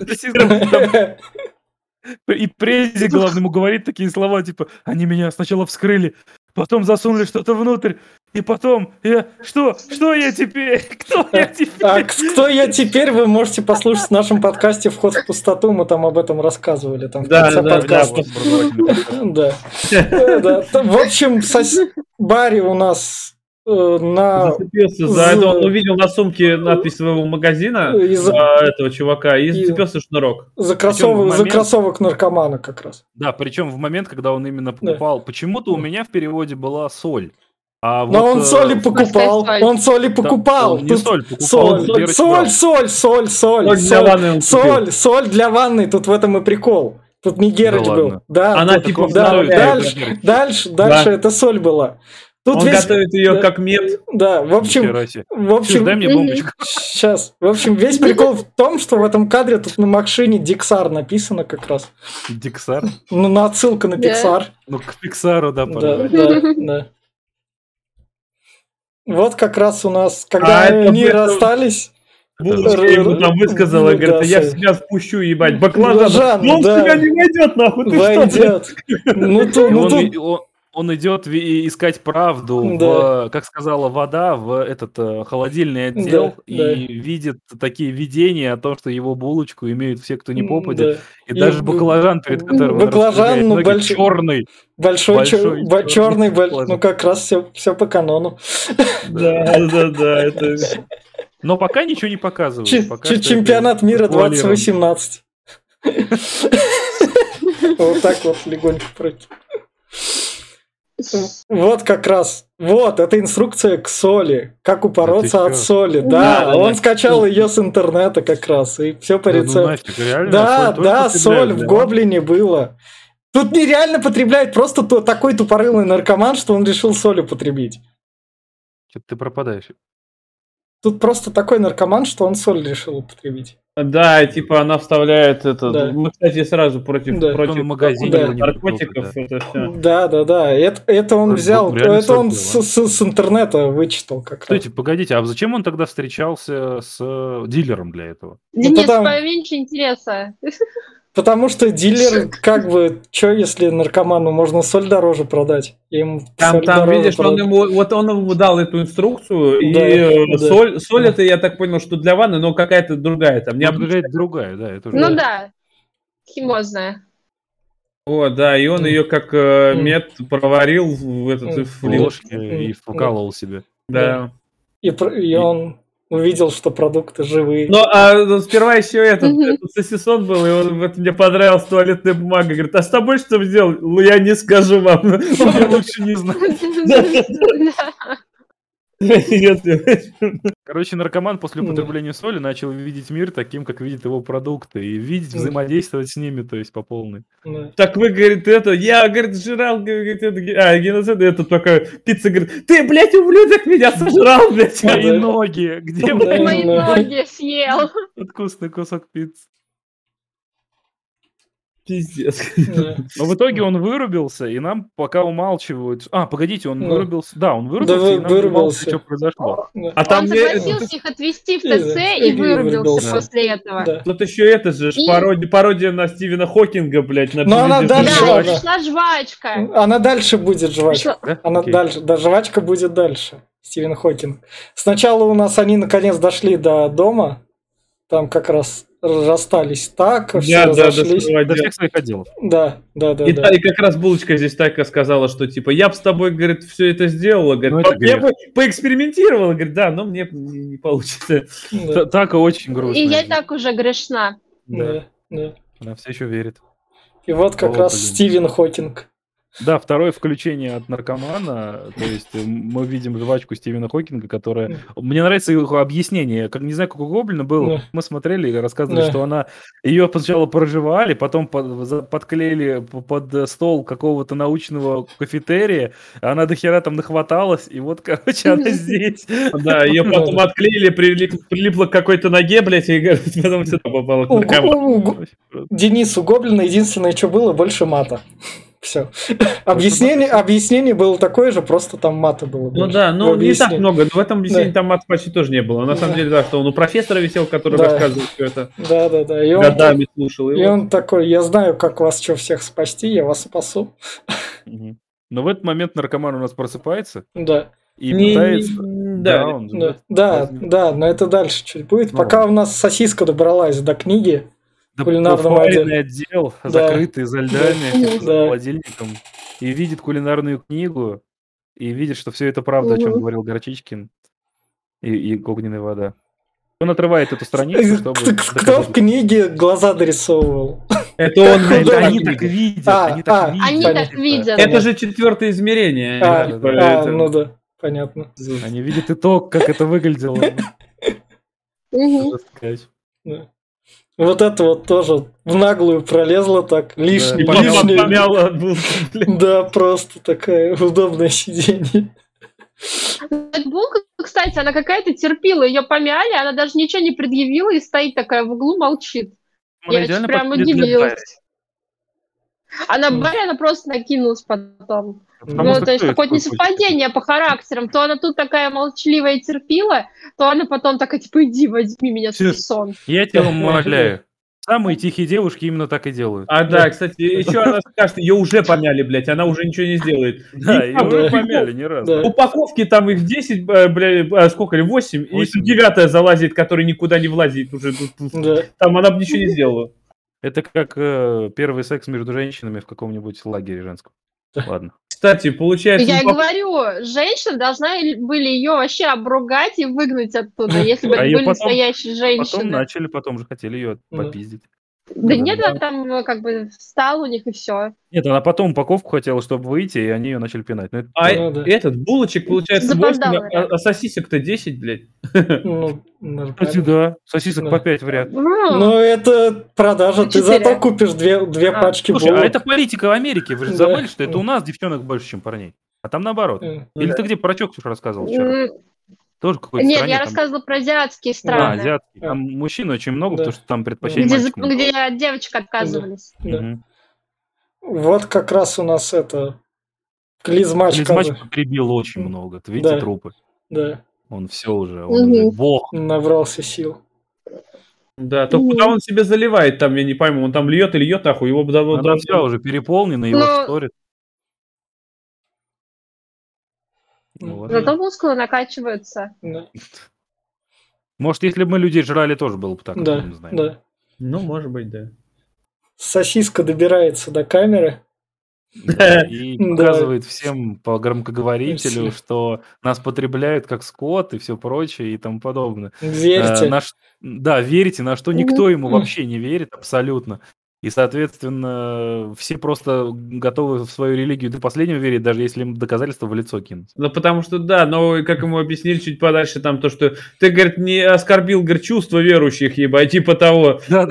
И Прези главный ему говорит такие слова, типа, они меня сначала вскрыли, потом засунули что-то внутрь, и потом, я, что, что я теперь, [LAUGHS] кто я
[LAUGHS] А
теперь?
к- кто я теперь, вы можете послушать в нашем подкасте «Вход в пустоту». Мы там об этом рассказывали, там в
Да,
конце
да, да,
подкаста.
вот.
Да. Э, Да. Т- В общем, сос- Барри у нас э, на
Зацепился за
за-
это, он увидел на сумке надпись своего магазина,
и за-
а, этого чувака, и
И-
зацепился шнурок.
за
в
кроссовок,
момент-
за кроссовок наркомана как раз.
Да, причем в момент, когда он именно покупал, почему-то у меня в переводе была соль. А
Но
вот,
он
э,
соли покупал,
Морская соль.
он соли
да,
покупал.
он не
Тут
соль покупал, он
соль,
перец
соль,
брал.
соль, соль, соль,
Вот для
соль.
ванны он купил.
Соль, соль для ванны, тут в этом и прикол. Тут не Герыч
Да
был.
ладно.
Да,
Она
тут-
типа
да,
вставляет.
дальше,
Герыч.
дальше, дальше это соль была. Тут
Он
весь,
готовит ее
Ну, да.
как мед.
да, в общем,
Нихера себе.
в
Слушай, Дай
общем,
мне бомбочку.
сейчас, в общем, весь прикол в том, что в этом кадре тут на машине Диксар написано как раз.
Диксар.
Ну, на отсылка на
Да.
Пиксар.
Ну, к Пиксару, да,
Да,
пожалуй.
да, да. Вот как раз у нас, когда
А это
они
в этом-
расстались,
Булочка
Р-
ему там
ну
высказала,
да,
говорит, «А я
Сань.
себя спущу, ебать, баклажан.
Баклажан,
Ну, он
да.
тебя не войдет, нахуй, ты что, блядь?
[LAUGHS]
войдет. Ну, тут,
И
ну,
он,
тут
и он- он идет ви- искать правду,
Да.
в, как сказала вода, в этот э, холодильный
Да,
отдел и
да.
видит такие видения о том, что его булочку имеют все, кто не попадет,
Да.
и,
И
даже
б-
баклажан, перед которым он
баклажан,
расставляет
ну,
ноги,
большой-
черный.
Большой,
Большой
чер- ба- черный,
черный
бо-
баклажан.
ну как раз все, все по канону.
Да, да, да, это...
Но пока ничего не показывают.
Чи-
пока
чи-
что это
чемпионат мира
завуалировано. [LAUGHS]
2018. Вот так вот легонько пройти. Вот как раз. Вот, это инструкция к соли. Как
Да
упороться
ты
от
чё?
соли.
Да,
Да,
да,
он
да.
скачал ее с интернета как раз. И все по
Да ну
рецепту.
нафиг, реально,
Да,
соль только
да, соль
потребляют,
в
да.
гоблине было. Тут нереально потребляет просто то- такой тупорылый наркоман, что он решил соль употребить.
Чё-то ты пропадаешь.
Тут просто такой наркоман, что он соль решил употребить.
Да, типа она вставляет это.
Да.
Мы, кстати, сразу против,
Да.
Он
против
в магазине
Да.
его не
наркотиков.
купил, да.
Это все.
Да, да, да. Это, это он
Ну,
взял,
реально
это
соль
он
была.
с, с- с интернета вычитал как раз.
Стойте, погодите, а зачем он тогда встречался с э, дилером для этого?
Денис,
потом-
поменьше интереса.
Потому что дилер, как бы, что если наркоману можно соль дороже продать? Им
Там,
соль
там
дороже
видишь, он
продать.
ему, вот он ему дал эту инструкцию, и
Да,
э,
да.
соль, соль это, я так понял, что для ванны, но какая-то другая там, не
Мне Ну, какая-то другая, да. Это уже-
Ну да, химозная.
О, да, и он
Мгм.
ее как э,
Мгм.
мед проварил в этот
Мгм.
и
в
влил.
Ну,
ложке и вкалывал
[LAUGHS]
себе.
Да.
И, про- и он увидел, что продукты живые.
Но а, ну, сперва еще этот,
Мгм.
этот сосисон был, и он, вот мне понравилась туалетная бумага. Говорит, а с тобой что сделал? Ну, я не
[LAUGHS]
скажу вам. [LAUGHS]
Я лучше не знаю.
[LAUGHS] Да.
Нет,
Короче, наркоман после
Да.
употребления соли начал видеть мир таким, как видят его продукты, и видеть,
Да.
взаимодействовать с ними, то есть по полной.
Да.
Так вы, говорит, это, я, говорит, жрал, говорит, это, ге- а, геноцид, это только пицца, говорит, ты, блядь, ублюдок меня сожрал,
[LAUGHS]
блядь.
Да.
Мои ноги! Где
Да.
мой [LAUGHS]
Мои
Да.
ноги съел.
вкусный кусок пиццы?
Пиздец.
Да.
Но в итоге он вырубился, и нам пока умалчивают. А, погодите, он
Да.
вырубился. Да, он вырубился,
вы-
и нам не
вырубился.
умалчивают, что произошло.
Да.
А
Он
там мне-
согласился их отвезти в
И-
ТЦ и
и вырубился.
вырубился после этого.
Да.
Тут еще это же, ж
И-
пародия, пародия на Стивена Хокинга, блядь. На
Ну, она
«Привет,
Да,
дальше,
жвачка».
она-
пришла жвачка.
Она дальше будет жвачка.
Пришла-
Да?
Она
Окей.
дальше, да, жвачка будет дальше. Стивен Хокинг. Сначала у нас они наконец дошли до дома. Там как раз расстались так, все
Да, да, да,
разошлись.
сперва
До
дел-
всех своих отделов.
Да, да, да,
И,
да.
да, и как раз булочка здесь так и сказала, что типа я бы с тобой, говорит, все это сделала, говорит,
Ну, это
«по- я
грех.
бы поэкспериментировала, говорит, да, но мне не, не получится.
Да,
Та- Так очень грустно.
И я и так уже грешна.
Да,
да, да.
Она все еще верит.
И вот как
О,
раз
блин.
Стивен Хокинг.
Да, второе включение от наркомана. То есть э, мы видим жвачку Стивена Хокинга, которая... Мне нравится его объяснение. Как не знаю, как у Гоблина было.
Да.
Мы смотрели и рассказывали,
Да.
что она... Ее сначала проживали, потом под- за- подклеили п- под э, стол какого-то научного кафетерия. Она до хера там нахваталась. И вот, [LAUGHS] короче, она здесь.
Да,
[LAUGHS]
ее потом
Да.
отклеили, прилип- прилипла к какой-то ноге, блядь, и говорит, потом сюда попала к
У,
наркоману.
у- у
Ну,
Г- Денису Гоблина единственное, что было, больше мата. [LAUGHS] Все. Объяснение, объяснение было такое же, просто там мата было.
Ну
больше.
да, ну
В
не так
объяснении.
много, но в этом объяснении
Да.
там мат почти тоже не было. На самом
Да.
деле, да, что он у профессора висел, который
Да.
рассказывал все это.
Да, да, да. И он,
Годами слушал
и
его.
он такой, я знаю, как вас что всех спасти, я вас спасу.
Мгм. Но в этот момент наркоман у нас просыпается
Да.
и
Не-
пытается...
да,
Да, он
Да,
же-
да,
Возьми.
да, но это дальше чуть будет.
Ну
Пока
ладно.
у нас сосиска добралась до книги,
Да,
кулинарном
поваренный отдел,
Да.
закрытый за льдами,
Да.
за холодильником, и видит кулинарную книгу, и видит, что все это правда, о чем
Мгм.
говорил Горчичкин, и, и огненная вода. Он отрывает
[LAUGHS]
эту страницу,
э,
чтобы...
кто, кто в
доказать.
книге глаза дорисовывал?
Это он
Как
Да
художник?
Они так видят,
А,
они так
а,
видят.
Они
Понятно.
так видят.
Это же четвертое измерение.
А,
типа,
да,
а,
это-
ну да, понятно.
Они видят итог, как это выглядело.
Мгм.
Надо сказать.
да. Вот это вот тоже в наглую пролезла так, лишний,
И потом
лишний.
отмяло от булки, блядь.
Да, просто такая удобное сиденье.
Вот Булка, кстати, она какая-то терпила, ее помяли, она даже ничего не предъявила и стоит такая в углу, молчит.
Она
Я
идеально
прям
подходит для Барри,
удивилась. А на
Мгм.
Барри она просто накинулась потом.
потому
ну,
что
то есть
А кто их
какое-то
такой хочет?
несовпадение по характерам. То она тут такая молчаливая терпила, то она потом такая, типа, иди, возьми меня,
Чё?
сон.
Я тебя умоляю. Самые тихие девушки именно так и делают.
А, да, кстати, еще она скажет, ее уже помяли, блядь, она уже ничего не сделает.
Да,
И
ее
правда,
да.
уже помяли не раз.
Да.
Упаковки там их 10, э, бля, а сколько ли, 8, и
Восемь.
девятая залазит, которая никуда не влазит уже.
Да.
Там она бы ничего не сделала.
Это как э, первый секс между женщинами в каком-нибудь лагере женском. Ладно.
Кстати, получается...
Я и
упак-
говорю, женщины должны были ее вообще обругать и
[LAUGHS]
выгнать оттуда, если бы
А
это
её
были
потом-
настоящие
Потом
женщины.
начали, потом же хотели ее
Да.
попиздить.
Да
Да,
нет,
да.
она там э, как бы встал у них и все.
Нет, она потом упаковку хотела, чтобы выйти, и они ее начали пинать. Ну, это
А
Ну, да.
этот булочек, получается,
Запоздало,
8, а, а сосисек-то 10, блядь.
Ну, нормально.
Кстати, да. Сосисок
Да.
по 5 в ряд.
Ну,
Ну, это продажа. Ты
Четыре.
зато купишь две, две
А,
пачки
Слушай, а
булок.
это политика в Америке. Вы же
Да.
забыли, что это у нас девчонок больше, чем парней. А там наоборот.
Э,
Или ты где про Чоксуш рассказывал вчера?
м,
Тоже какой-то
Нет,
стране
я
там-
рассказывала про азиатские
А,
страны,
азиатский. Там мужчин очень много,
Да.
потому что там предпочтение
где за-
мальчикам.
где от девочек отказывались.
Да.
Мгм.
Вот как раз у нас это... Клизмач.
Клизмач
казах.
потребил очень много. Ты видите
Да.
трупы?
Да,
Он все уже, он
Мгм.
уже бог.
набрался сил.
Да, только
Мгм.
куда он себе заливает, там, я не пойму, он там льет и льет, ахуй, его бы давно...
Она вся уже переполнена, его
Но-
шторит.
Ну,
Вот.
Зато мускулы накачиваются.
Да,
Может, если бы мы людей жрали, тоже было бы так,
да,
откуда мы знаем.
да.
Ну, может быть, да.
Сосиска добирается до камеры. [LAUGHS]
Да, И
Да.
показывает всем по громкоговорителю,
Спасибо.
что нас потребляют как скот и все прочее и тому подобное. Э,
Верите?
на ш- Да, верите, на что
Мгм.
никто ему
Мгм.
вообще не верит абсолютно. И, соответственно, все просто готовы в свою религию до последнего верить, даже если им доказательства в лицо кинуть.
Ну, потому что, да, но, как ему объяснили чуть подальше, там, то, что ты, говорит, не оскорбил, говорит, чувства верующих, ебать,
[LAUGHS]
типа того.
Да-да-да.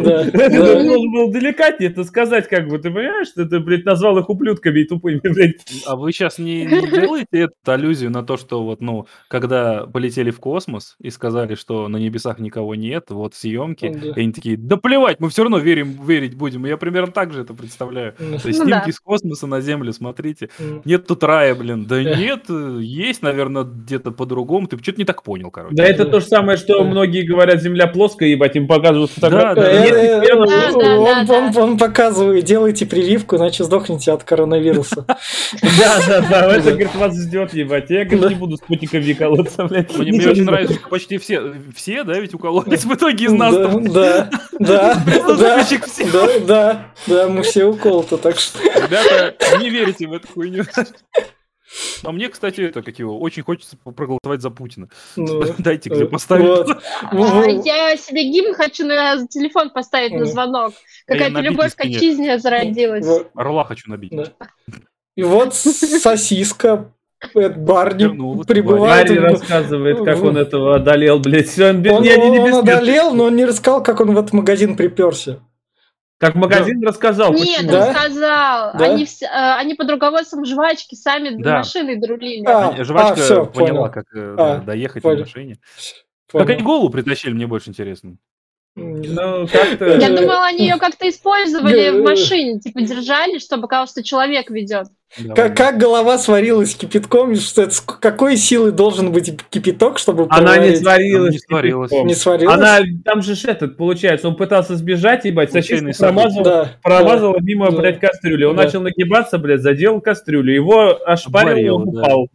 Да,
Ты
да.
должен был деликатнее это сказать, как бы, ты понимаешь, что ты, блядь, назвал их ублюдками и тупыми, [LAUGHS] блядь.
А вы сейчас не, не делаете эту аллюзию на то, что вот, ну, когда полетели в космос и сказали, что на небесах никого нет, вот съемки,
Да.
и они такие, да плевать, мы все равно верим, верить будем. Я примерно так же это представляю.
Ну,
То есть
Ну
снимки
да.
с космоса на Землю, смотрите.
м,
Нет тут рая, блин. Да
Э.
нет, э, есть, наверное, где-то по-другому. Ты что-то не так понял, короче.
Да это то же самое, что
Да.
многие говорят, земля плоская, ебать, им показывают
Да,
э,
да,
фотографии.
да.
Нет,
э,
теперь вот
Да, да,
Он
да,
он- он показывает, делайте прививку, иначе сдохнете от коронавируса.
Да, да, да, это, говорит, вас ждет, ебать. Я, говорит, не буду спутниковик колоться, блядь.
Мне, мне очень нравится, что почти все, все, да, ведь укололись в итоге из нас.
Да,
там.
да,
[LAUGHS]
[LAUGHS]
да, да,
Присутствующих всех.
да, да, да, мы все уколы-то, так что...
Ребята, не верите в эту хуйню. А мне, кстати, это как его, очень хочется по- проголосовать за Путина.
ну,
[LAUGHS] Дайте где
э,
поставить.
вот.
[LAUGHS] А,
Ну,
Я себе гимн хочу на телефон поставить на
Мгм.
звонок.
А Я
Какая-то
набить на
любовь к
спине.
отчизне зародилась.
вот,
Орла хочу набить.
да. И вот сосиска, э, Барни
Ну,
Вернулась,
прибывает.
Барри
он-
рассказывает, как он этого одолел, блядь. Всё, Он, бе-
Он,
не, не, не
он
бессмертный.
одолел, но он не рассказал, как он в этот магазин приперся.
Как магазин рассказал.
Нет,
почему.
А, Да?
он сказал.
Да?
Они, вс- э, они под руководством жвачки сами
Да.
машиной друлили.
А,
Э, Жвачка
а, всё,
поняла,
понял.
как э, да,
А,
доехать
понял.
на машине. Как они голову притащили, мне больше интересно.
Не знаю.
Ну, как-то...
Я
э,
думала, они ее как-то использовали
э,
в машине, типа держали, чтобы казалось, что человек ведет.
Как, как голова сварилась кипятком, и что это, ск- какой силы должен быть кипяток, чтобы
Она не
проварить?
сварилась.
Не сварилась.
типиком.
не сварилась?
Она, там же ж этот, получается, он пытался сбежать, ебать,
Случайный
сосиску
событий.
промазал,
да,
промазала мимо,
Да.
блядь, кастрюли. Он
Да.
начал нагибаться, блядь, задел кастрюлю. Его ошпарил,
Обварило,
он
да.
упал.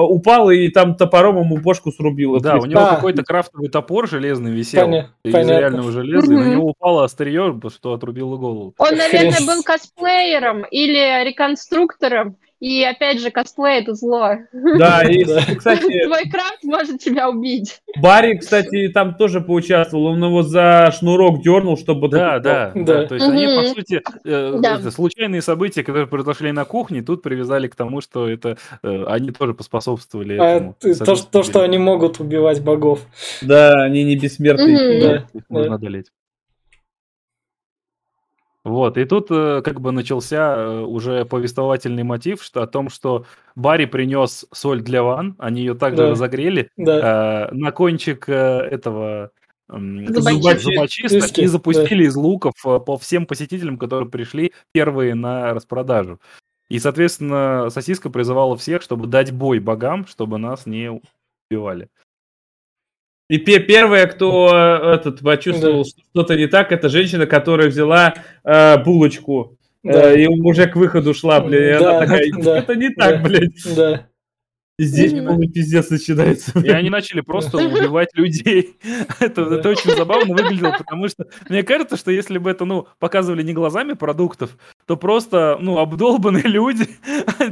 А, Упал и там топором ему бошку срубило.
Да, у него
А.
какой-то крафтовый топор железный висел
поня-
из
понятно.
реального железа, и на
Мгм.
него упало острие, что отрубило голову.
Он, наверное,
Хрен.
был косплеером или реконструктором. И опять же, косплей это зло.
Да, и,
Да.
кстати,
[LAUGHS] Твой крафт может тебя убить.
Барри, кстати, там тоже поучаствовал. Он его за шнурок дернул, чтобы...
Да, да, да.
Да.
То есть они, по
Мгм.
сути, э,
Да.
это случайные события, которые произошли на кухне, тут привязали к тому, что это э, они тоже поспособствовали
А
этому.
ты- то, что- то, что они могут убивать богов.
Да, они не бессмертные.
Мгм.
Да,
Их можно
да.
одолеть. Вот, и тут э, как бы начался э, уже повествовательный мотив что, о том, что Барри принес соль для ван, они ее также
Да.
разогрели,
да.
э, на кончик э, этого м,
Зубочистки.
зубочисток и
Зубочистки,
запустили из луков э, по всем посетителям, которые пришли первые на распродажу. И, соответственно, сосиска призывала всех, чтобы дать бой богам, чтобы нас не убивали.
И пе- первая, кто э, этот почувствовал, что что-то не так, это женщина, которая взяла э, булочку. э,
Да.
и уже к выходу шла, блин. И
Да,
она такая,
да,
это не так,
да.
блядь.
Да.
[LAUGHS]
И Здесь,
Мгм.
по-моему, пиздец начинается.
И они начали просто убивать людей. [LAUGHS] Это,
Да.
это очень забавно выглядело, потому что мне кажется, что если бы это, ну, показывали не глазами продуктов, то просто, ну, обдолбанные [LAUGHS] люди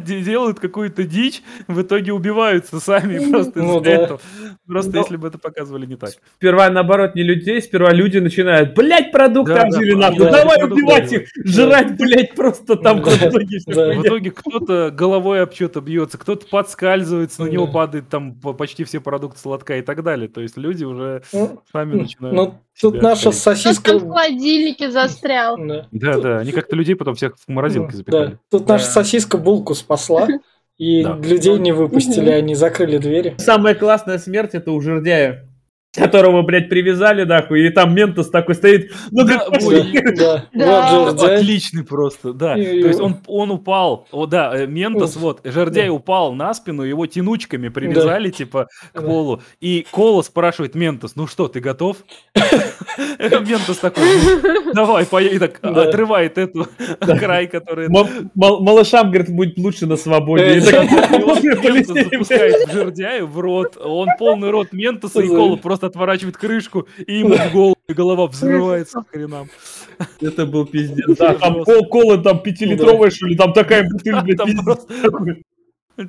де- делают какую-то дичь, в итоге убиваются сами
Мгм.
просто из-за
Ну да. Ну.
этого. Просто
Но-
если бы это показывали не так.
Сперва, наоборот, не людей, сперва люди начинают, блядь, продукты
Да, да,
обжили
да,
нахуй,
да,
давай
продукты
убивать
обжили.
их, жрать, блядь, просто там
Да,
продукты, всё
да.
В
хуйня».
итоге кто-то головой об что-то бьется, кто-то подскальзывается, на него
Ну Да.
падает там по- почти все продукты сладка и так далее. То есть люди уже
Ну,
сами начинают...
ну, тут
себя
наша
корить.
Кто-то
сосиска...
там в холодильнике застрял.
Да.
Да, да, они как-то людей потом всех в морозилке запекали.
ну, Да. Тут наша
Да.
сосиска булку спасла, и
[LAUGHS] Да.
людей не
[LAUGHS]
выпустили, они закрыли двери.
Самая классная смерть это у жердяя, которого, блядь, привязали, нахуй, и там Ментос такой стоит, ну,
Да,
говорит,
ой,
«Пошли».
Да,
[LAUGHS] Да.
вот жердяй.
Отличный просто, да. То
И-
есть он, он упал, о да, э, Ментос,
Уф.
вот, Жердяй
Да.
упал на спину, его тянучками привязали, типа, к полу. И Кола спрашивает Ментос, ну что, ты готов? [LAUGHS] Ментос такой, «Ну, давай, поехали. И так
Да.
отрывает эту край, который...
М- мал- Малышам, говорит, будет лучше на свободе. И так,
[LAUGHS] И он
«Пошли,
ментос
полетели, блядь».
запускает жердяю в рот, он полный рот ментоса, и Кола просто отворачивает крышку, и ему в голову, и голова взрывается к хренам.
Это был пиздец. Да, там кол- кола там пятилитровая, что ли, там такая бутыль, блядь,
Там
пиздец.
просто-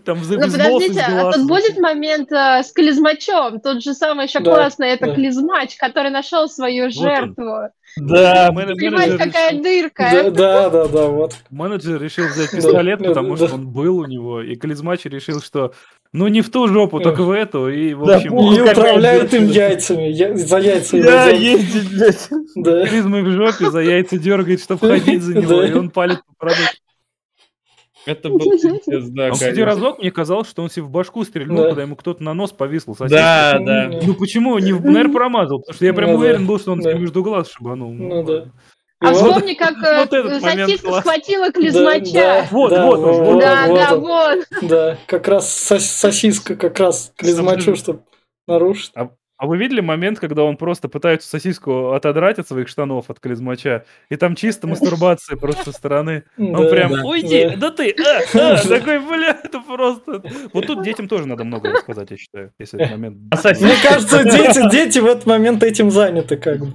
Там за-
Ну
без носа, из
подождите, а
глаз.
тут будет момент э, с клизмачом? Тот же самый еще
Да,
классный, это
да.
клизмач, который нашел свою
Вот он.
жертву.
Да,
Мен-
Понимаешь,
менеджер
какая
решил-
дырка. а?
Да, да, да, да,
[LAUGHS]
вот.
Менеджер решил взять
[LAUGHS]
пистолет,
да,
потому
да.
что он был у него, и Клизмач решил, что ну не в ту жопу, так в эту, и в
Да,
общем...
похуй.
И
какая
управляют им
женщина.
яйцами. я- За яйца его
я
зовут.
ездить, блядь.
Да.
Клизмы в жопе за яйца дергает, чтобы ходить за
[LAUGHS]
него,
Да.
и он палит по продукту.
Это был пиздец,
А в
да, конечно.
последний разок мне казалось, что он себе в башку стрельнул,
Да.
когда ему кто-то на нос повисло.
Да, да.
Ну,
Ну почему? Не, в- наверное, промазал, потому что я прям
Ну да,
уверен был, что он
да.
себе между глаз шибанул.
Ну да.
А
И вот-
вспомни, как э,
вот этот момент
сосиска
класс.
схватила
да,
клизмача.
да,
Вот,
да,
вот он, вот
Да, да,
он,
вот.
[LAUGHS] Да, как раз сос- сосиска, как раз клизмачу, чтобы нарушить.
А вы видели момент, когда он просто пытается сосиску отодрать от своих штанов, от клизмача, и там чисто мастурбация просто со стороны. Он
Да,
Ну, прям,
да,
уйди,
да.
да, ты, а, а», [LAUGHS] такой, бля, это просто... Вот тут детям тоже надо много рассказать, я считаю, если этот момент...
А сосиска?
Мне
[LAUGHS]
кажется, дети, дети в этот момент этим заняты, как бы.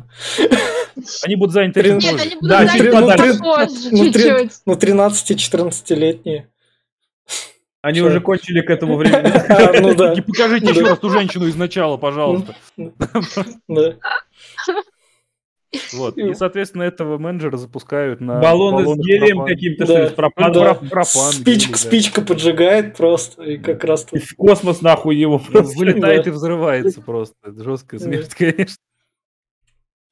Они будут заняты
Трин-
этим
Нет,
позже.
они будут
Да,
знать
чуть
это
подальше.
попозже
Ну, три-
чуть-чуть.
Ну, 13-14-летние.
Они
Всё.
уже кончили [LAUGHS] к этому времени.
[LAUGHS]
А, ну да,
И покажите еще раз ту женщину из начала, пожалуйста.
да.
Вот. И, соответственно, этого менеджера запускают на...
Баллоны с
баллоны Ну
гелием
пропан-
каким-то,
Да.
что ли, с пропаном.
Да.
пропан- пропан
Спичка,
гелий,
[LAUGHS]
да.
спичка поджигает просто, и как раз
[LAUGHS]
И
тут...
в космос нахуй его
Ну,
просто.
Вылетает
да.
и взрывается просто. Это Жесткая
Да.
смерть, конечно.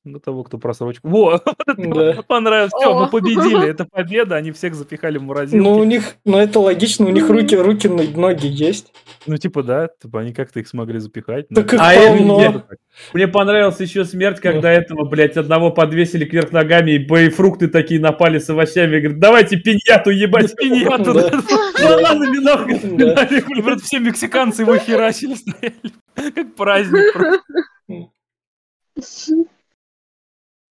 Ну, того, кто просрочку. Во, [LAUGHS] вот это
Да.
мне понравилось. Все,
О.
мы победили. Это победа, они всех запихали в морозилки.
Ну, у
Ну,
них, ну это логично, у них
Мгм.
руки, руки, н- ноги есть.
типа, да, типа, они как-то их смогли запихать. но- [LAUGHS]
Так их
А это
полно.
нет. Мне понравилась еще смерть, когда этого, блядь, одного подвесили кверх ногами, и боефрукты такие напали с овощами. Говорит, давайте пиньяту [LAUGHS] ебать.
Пиньяту,
Да.
да.
Бананами
Да.
нахуй. пинали,
И,
блядь.
брат, все мексиканцы его херасили, [LAUGHS] стояли. Как праздник. просто.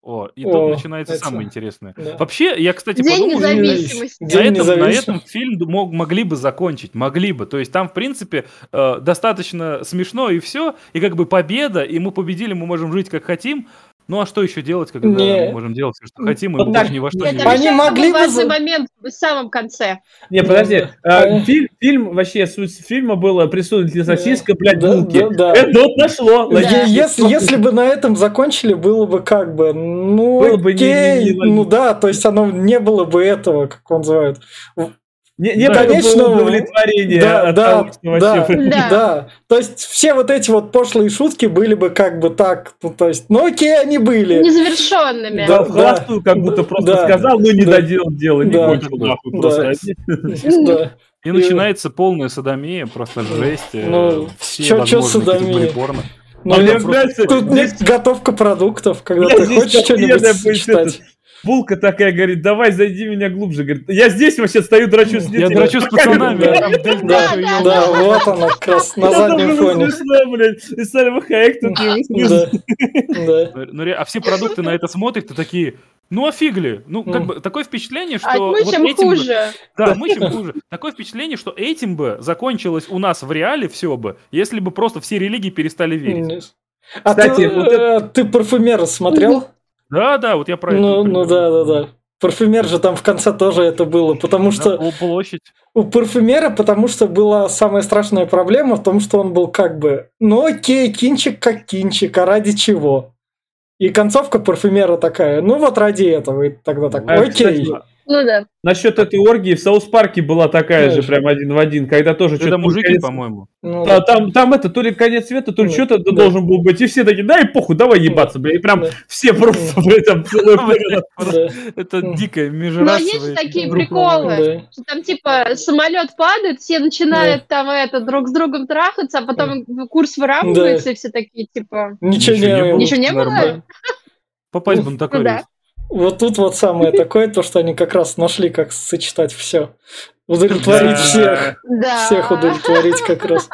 О, и тут
О,
начинается
это-
самое интересное.
Да.
Вообще, я, кстати,
День
подумал, что-
независимости.
На
День
этом, на
независимости.
этом фильм д- мог, могли бы закончить, могли бы. То есть там, в принципе, э, достаточно смешно и все, и как бы победа, и мы победили, мы можем жить как хотим. Ну а что еще делать, когда
Не.
мы можем делать все, что хотим, и
Вот
мы
так.
больше ни во что
Нет,
не
там
Они
верим?
еще
могли
самый
бы
важный
за-
момент в самом конце.
Не, подожди.
Да.
А, Фильм, фильм, вообще, суть фильма была присутствовать ли сосиска, блядь,
Да,
булки.
да, да.
Это вот нашло.
Е-
логично.
Если, если бы на этом закончили, было бы как бы, ну,
Было бы не-
окей,
не- не-
ну да, то есть оно не было бы этого, как его называют.
Не, не
Да,
было бы
конечно,
удовлетворения
да,
от
да,
того, что вообще
да.
вы-
Да.
Да, то есть все вот эти вот пошлые шутки были бы как бы так, ну то есть, ну окей, они были.
Незавершенными.
Да,
Да, в холостую как будто просто
да.
сказал, ну не
Да.
доделал дело, не
Да.
кончил нахуй
Да.
просто.
Да.
И начинается полная садомия, просто жесть. э,
Ну,
все
чё- чё
возможные
садомия?
категории порно.
Ну,
А мне
я-
нравится,
Тут
здесь-
нет готовка продуктов, когда
Блядь,
ты
здесь
хочешь
охуенная
что-нибудь
будет
читать.
Булка такая говорит, давай зайди меня глубже. Говорит, я здесь вообще стою, драчусь.
Я драчусь с пацанами.
Да,
да,
да, вот она, как раз на заднем фоне.
Смешно, блядь. И Сальва Хаек тут его смешно.
Да, да.
Ну, ну, ре- а все продукты на это смотрят, ты такие, ну офигли. Ну, как
Мгм.
бы такое впечатление, что...
А мы
вот
чем
этим бы-
хуже.
Да, мы чем хуже. Такое впечатление, что этим бы закончилось у нас в реале все бы, если бы просто все религии перестали верить.
А
Кстати,
ты,
вот Ну,
э, ты парфюмера смотрел?
Да, да, вот я про это.
Ну, ну
например.
да, да, да. Парфюмер же там в конце тоже это было, потому
На
что
пол- площадь.
у парфюмера, потому что была самая страшная проблема в том, что он был как бы, ну окей, кинчик как кинчик, а ради чего? И концовка парфюмера такая, ну вот ради этого, и тогда так,
А,
окей.
кстати,
Ну да.
Насчет этой оргии в Саус Парке была такая же,
Конечно.
прям один в один, когда тоже
Это
что-то...
мужики, по-моему.
Ну
Да,
да.
там, там это, то ли конец света, то ли
Ну,
что-то
да. Ну,
должен был быть. И все такие, да, и похуй, давай ебаться, бля. И прям
Да. Ну.
все просто, бля,
[LAUGHS]
там целое племя.
Да,
Это
Мгм.
дикая
Но
межрасовая.
Ну, а есть такие
группа.
приколы.
да.
что Там типа самолет падает, все начинают там это друг с другом трахаться, а потом курс выравнивается, и все такие типа.
Ничего
Ничего не
не
было.
было.
Ничего не было?
Нормально. Попасть бы на такой
Ну да.
рейс.
Вот тут вот самое такое, то, что они как раз нашли, как сочетать все. Удовлетворить
Да.
всех.
Да.
Всех удовлетворить как раз.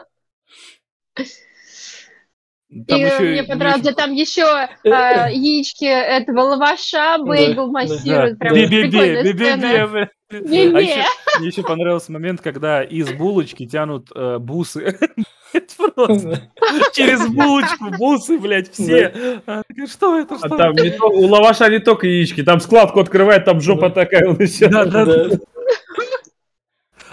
Там
и
еще
мне понравилось, где там еще
Э,
э, яички этого лаваша, бейгл
да.
массируют. Прям прикольная
Би-би-би,
сцена.
би-би-би. А
Не-не.
еще, мне еще понравился момент, когда из булочки тянут э, бусы. [LAUGHS] Это просто через булочку бусы, блядь, все. А, такая, Что это?
А
Что
там
это?
не то- у лаваша не только яички, там складку открывает, там жопа такая вот еще.
Да, да,
Да.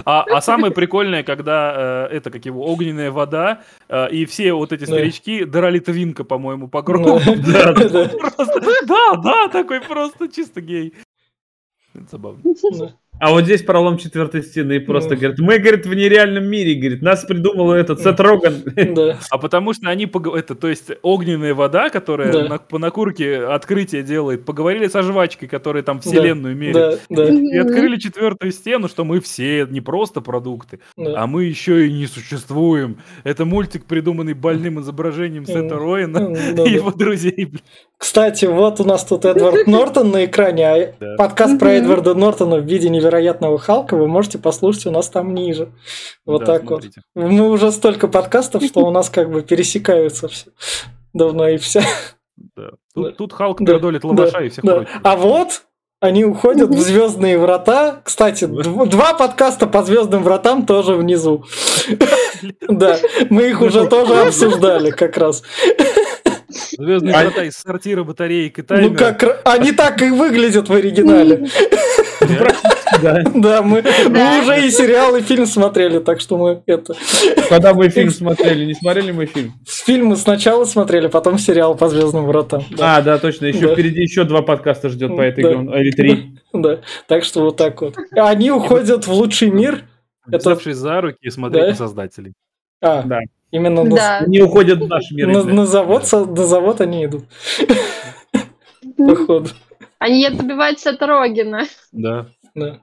А, а самое прикольное, когда э, это как его огненная вода э, и все вот эти
Да.
старички драли твинка, по-моему, по
Ну,
кругу. [LAUGHS]
да, да.
Просто, да, да, такой просто чисто гей. Это забавно.
А вот здесь пролом четвертой стены и просто
Ну.
говорит, мы, говорит, в нереальном мире, говорит, нас придумал этот Сет Роган.
Да.
А потому что они, пог- это, то есть, огненная вода, которая
Да.
на- по накурке открытие делает, поговорили со жвачкой, которая там вселенную мерит.
Да, да,
И открыли четвертую стену, что мы все не просто продукты,
да.
а мы еще и не существуем. Это мультик, придуманный больным изображением Сета
Мгм.
Роина
Ну, да,
и
да.
его друзей. блин.
Кстати, вот у нас тут Эдвард Нортон на экране, а
Да.
подкаст про
Мгм.
Эдварда Нортона в виде невероятного Халка вы можете послушать у нас там ниже. Вот
Да,
так
смотрите.
вот. Мы уже столько подкастов, что у нас как бы пересекаются все. Давно и все.
Да. Тут,
Да.
тут Халк
Да.
передолит лаваша и всех
Да.
прочих.
А вот они уходят в
Мгм.
Звездные врата. Кстати, дв- два подкаста по Звездным вратам тоже
[LAUGHS]
внизу. Да, мы их
Ну,
уже тоже обсуждали как раз.
Звездные
А-
врата из сортира батареек и таймера.
Ну как, ра- они так и выглядят в оригинале.
[LAUGHS] Да.
Да,
[LAUGHS]
мы мы
Да.
уже и сериал, и фильм смотрели, так что мы это...
Когда мы фильм смотрели, не смотрели мы фильм?
Фильмы сначала смотрели, потом сериал по Звездным вратам. Да,
А, да, точно, еще
Да.
впереди еще два подкаста ждет по этой
Да.
говно- или [LAUGHS] три.
да. Так что вот так вот. Они уходят в лучший мир. это-
Взявшись за руки и смотреть
Да.
на создателей.
А,
Да.
именно на-
Да.
Они уходят в наш мир.
на,
ребят.
на завод, со- на завод они идут, походу.
Они добивают Сета Рогина.
Да.
Да.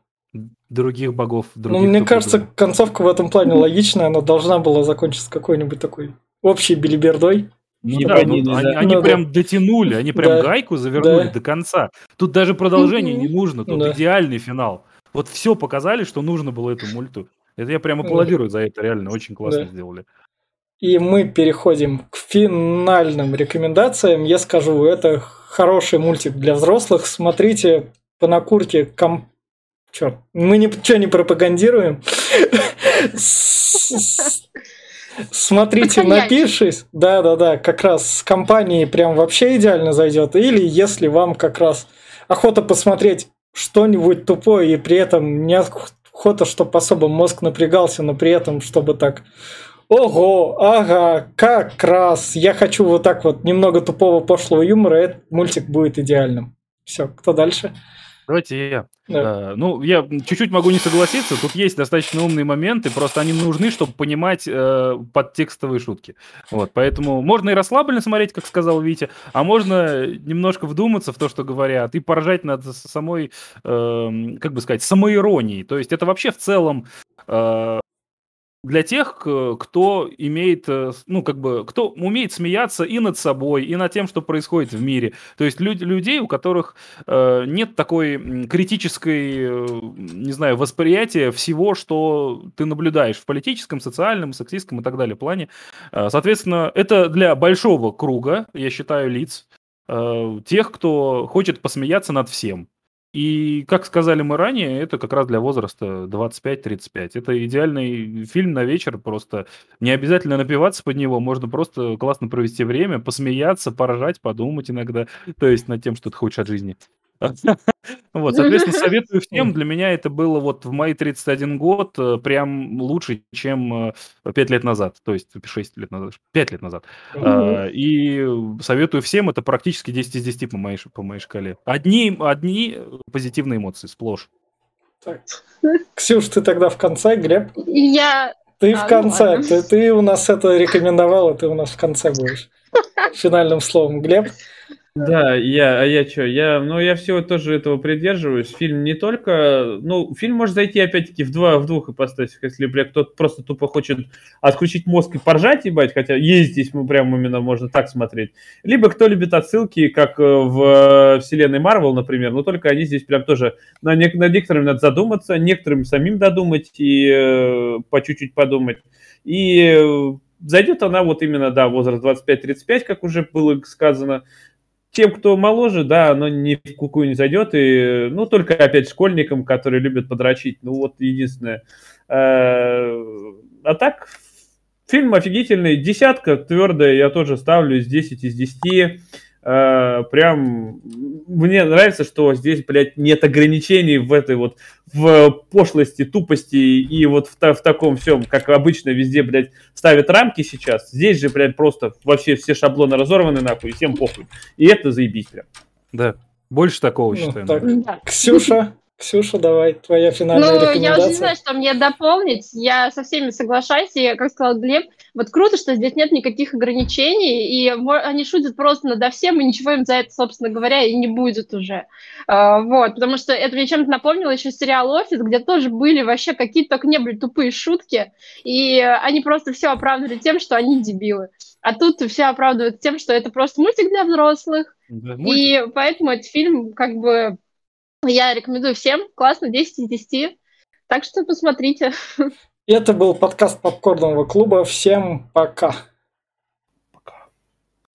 Других богов.
Ну,
Других
мне
друг
кажется,
друга.
концовка в этом плане логичная. Она должна была закончиться какой-нибудь такой общей билибердой.
Ну
Не
да,
поняли,
ну,
да.
они, они
Ну да.
прям дотянули, они прям
Да.
гайку завернули
Да.
до конца. Тут даже продолжение не нужно, тут
Да.
идеальный финал. Вот все показали, что нужно было этому мульту. Это я прям аплодирую за это, реально, очень классно
Да.
сделали.
И мы переходим к финальным рекомендациям. Я скажу, это хороший мультик для взрослых. Смотрите по накурке ком... Черт, мы ничего не пропагандируем. С- Смотрите,
Подхалявить.
напишись. Да, да, да, как раз с компанией прям вообще идеально зайдет. Или если вам как раз охота посмотреть что-нибудь тупое и при этом не охота, чтобы особо мозг напрягался, но при этом, чтобы так Ого, ага, как раз. Я хочу вот так вот немного тупого пошлого юмора, и этот мультик будет идеальным. Все, кто дальше?
Давайте я.
Да.
Э, Ну, я чуть-чуть могу не согласиться. Тут есть достаточно умные моменты, просто они нужны, чтобы понимать э, подтекстовые шутки. Вот, поэтому можно и расслабленно смотреть, как сказал Витя, а можно немножко вдуматься в то, что говорят, и поржать над с- самой, эм, как бы сказать, самоиронией. То есть это вообще в целом э, для тех, кто имеет, ну, как бы, кто умеет смеяться и над собой, и над тем, что происходит в мире. То есть люд, людей, у которых э, нет такой критической, э, не знаю, восприятия всего, что ты наблюдаешь в политическом, социальном, сексистском и так далее плане. Э, Соответственно, это для большого круга, я считаю, лиц, э, тех, кто хочет посмеяться над всем. И, как сказали мы ранее, это как раз для возраста 25-35. Это идеальный фильм на вечер, просто не обязательно напиваться под него, можно просто классно провести время, посмеяться, поражать, подумать иногда, то есть над тем, что ты хочешь от жизни. [LAUGHS] Вот, соответственно, советую всем. Для меня это было вот в мои 31 год э, прям лучше, чем 5 лет назад. То есть 6 лет назад, 5 лет назад. А, И советую всем, это практически 10 из 10 по моей, по моей шкале. Одни, одни э, позитивные эмоции, сплошь.
Так. Ксюш, ты тогда в конце, Глеб?
Я...
Ты в конце, ты, ты у нас это рекомендовала, ты у нас в конце
[LAUGHS]
будешь. Финальным словом, Глеб.
Да, я, а я что, я, ну, я всего тоже этого придерживаюсь. Фильм не только, ну, фильм может зайти, опять-таки, в, два, в двух ипостасях, если, бля, кто-то просто тупо хочет отключить мозг и поржать, ебать, хотя есть здесь, мы прям именно можно так смотреть. Либо кто любит отсылки, как э, в вселенной Марвел, например, но только они здесь прям тоже, на, не, на некоторым надо задуматься, некоторым самим додумать и э, по чуть-чуть подумать. И э, зайдет она вот именно, да, возраст 25-35, как уже было сказано, тем, кто моложе, да, оно ни в куку не зайдет, и, ну, только опять школьникам, которые любят подрочить, ну, вот единственное. А так, фильм офигительный, десятка твердая, я тоже ставлю из 10 из 10. Прям мне нравится, что здесь, блядь, нет ограничений в этой вот в пошлости, тупости и вот в, в таком всем, как обычно везде, блядь, ставят рамки сейчас. Здесь же, блядь, просто вообще все шаблоны разорваны нахуй, и всем похуй. И это заебись прям.
Да, больше такого, ну, считаю.
Так. Да. Ксюша, Ксюша, давай, твоя финальная
ну,
рекомендация.
я уже не знаю, что мне дополнить. Я со всеми соглашаюсь, и, как сказал Глеб, вот круто, что здесь нет никаких ограничений, и они шутят просто надо всем, и ничего им за это, собственно говоря, и не будет уже. А, вот, потому что это мне чем-то напомнило еще сериал «Офис», где тоже были вообще какие-то только не были тупые шутки, и они просто все оправдывали тем, что они дебилы. А тут все оправдывают тем, что это просто мультик для взрослых, да, мультик. и поэтому этот фильм как бы я рекомендую всем. Классно, 10 из 10. Так что посмотрите.
Это был подкаст Попкорного клуба. Всем пока.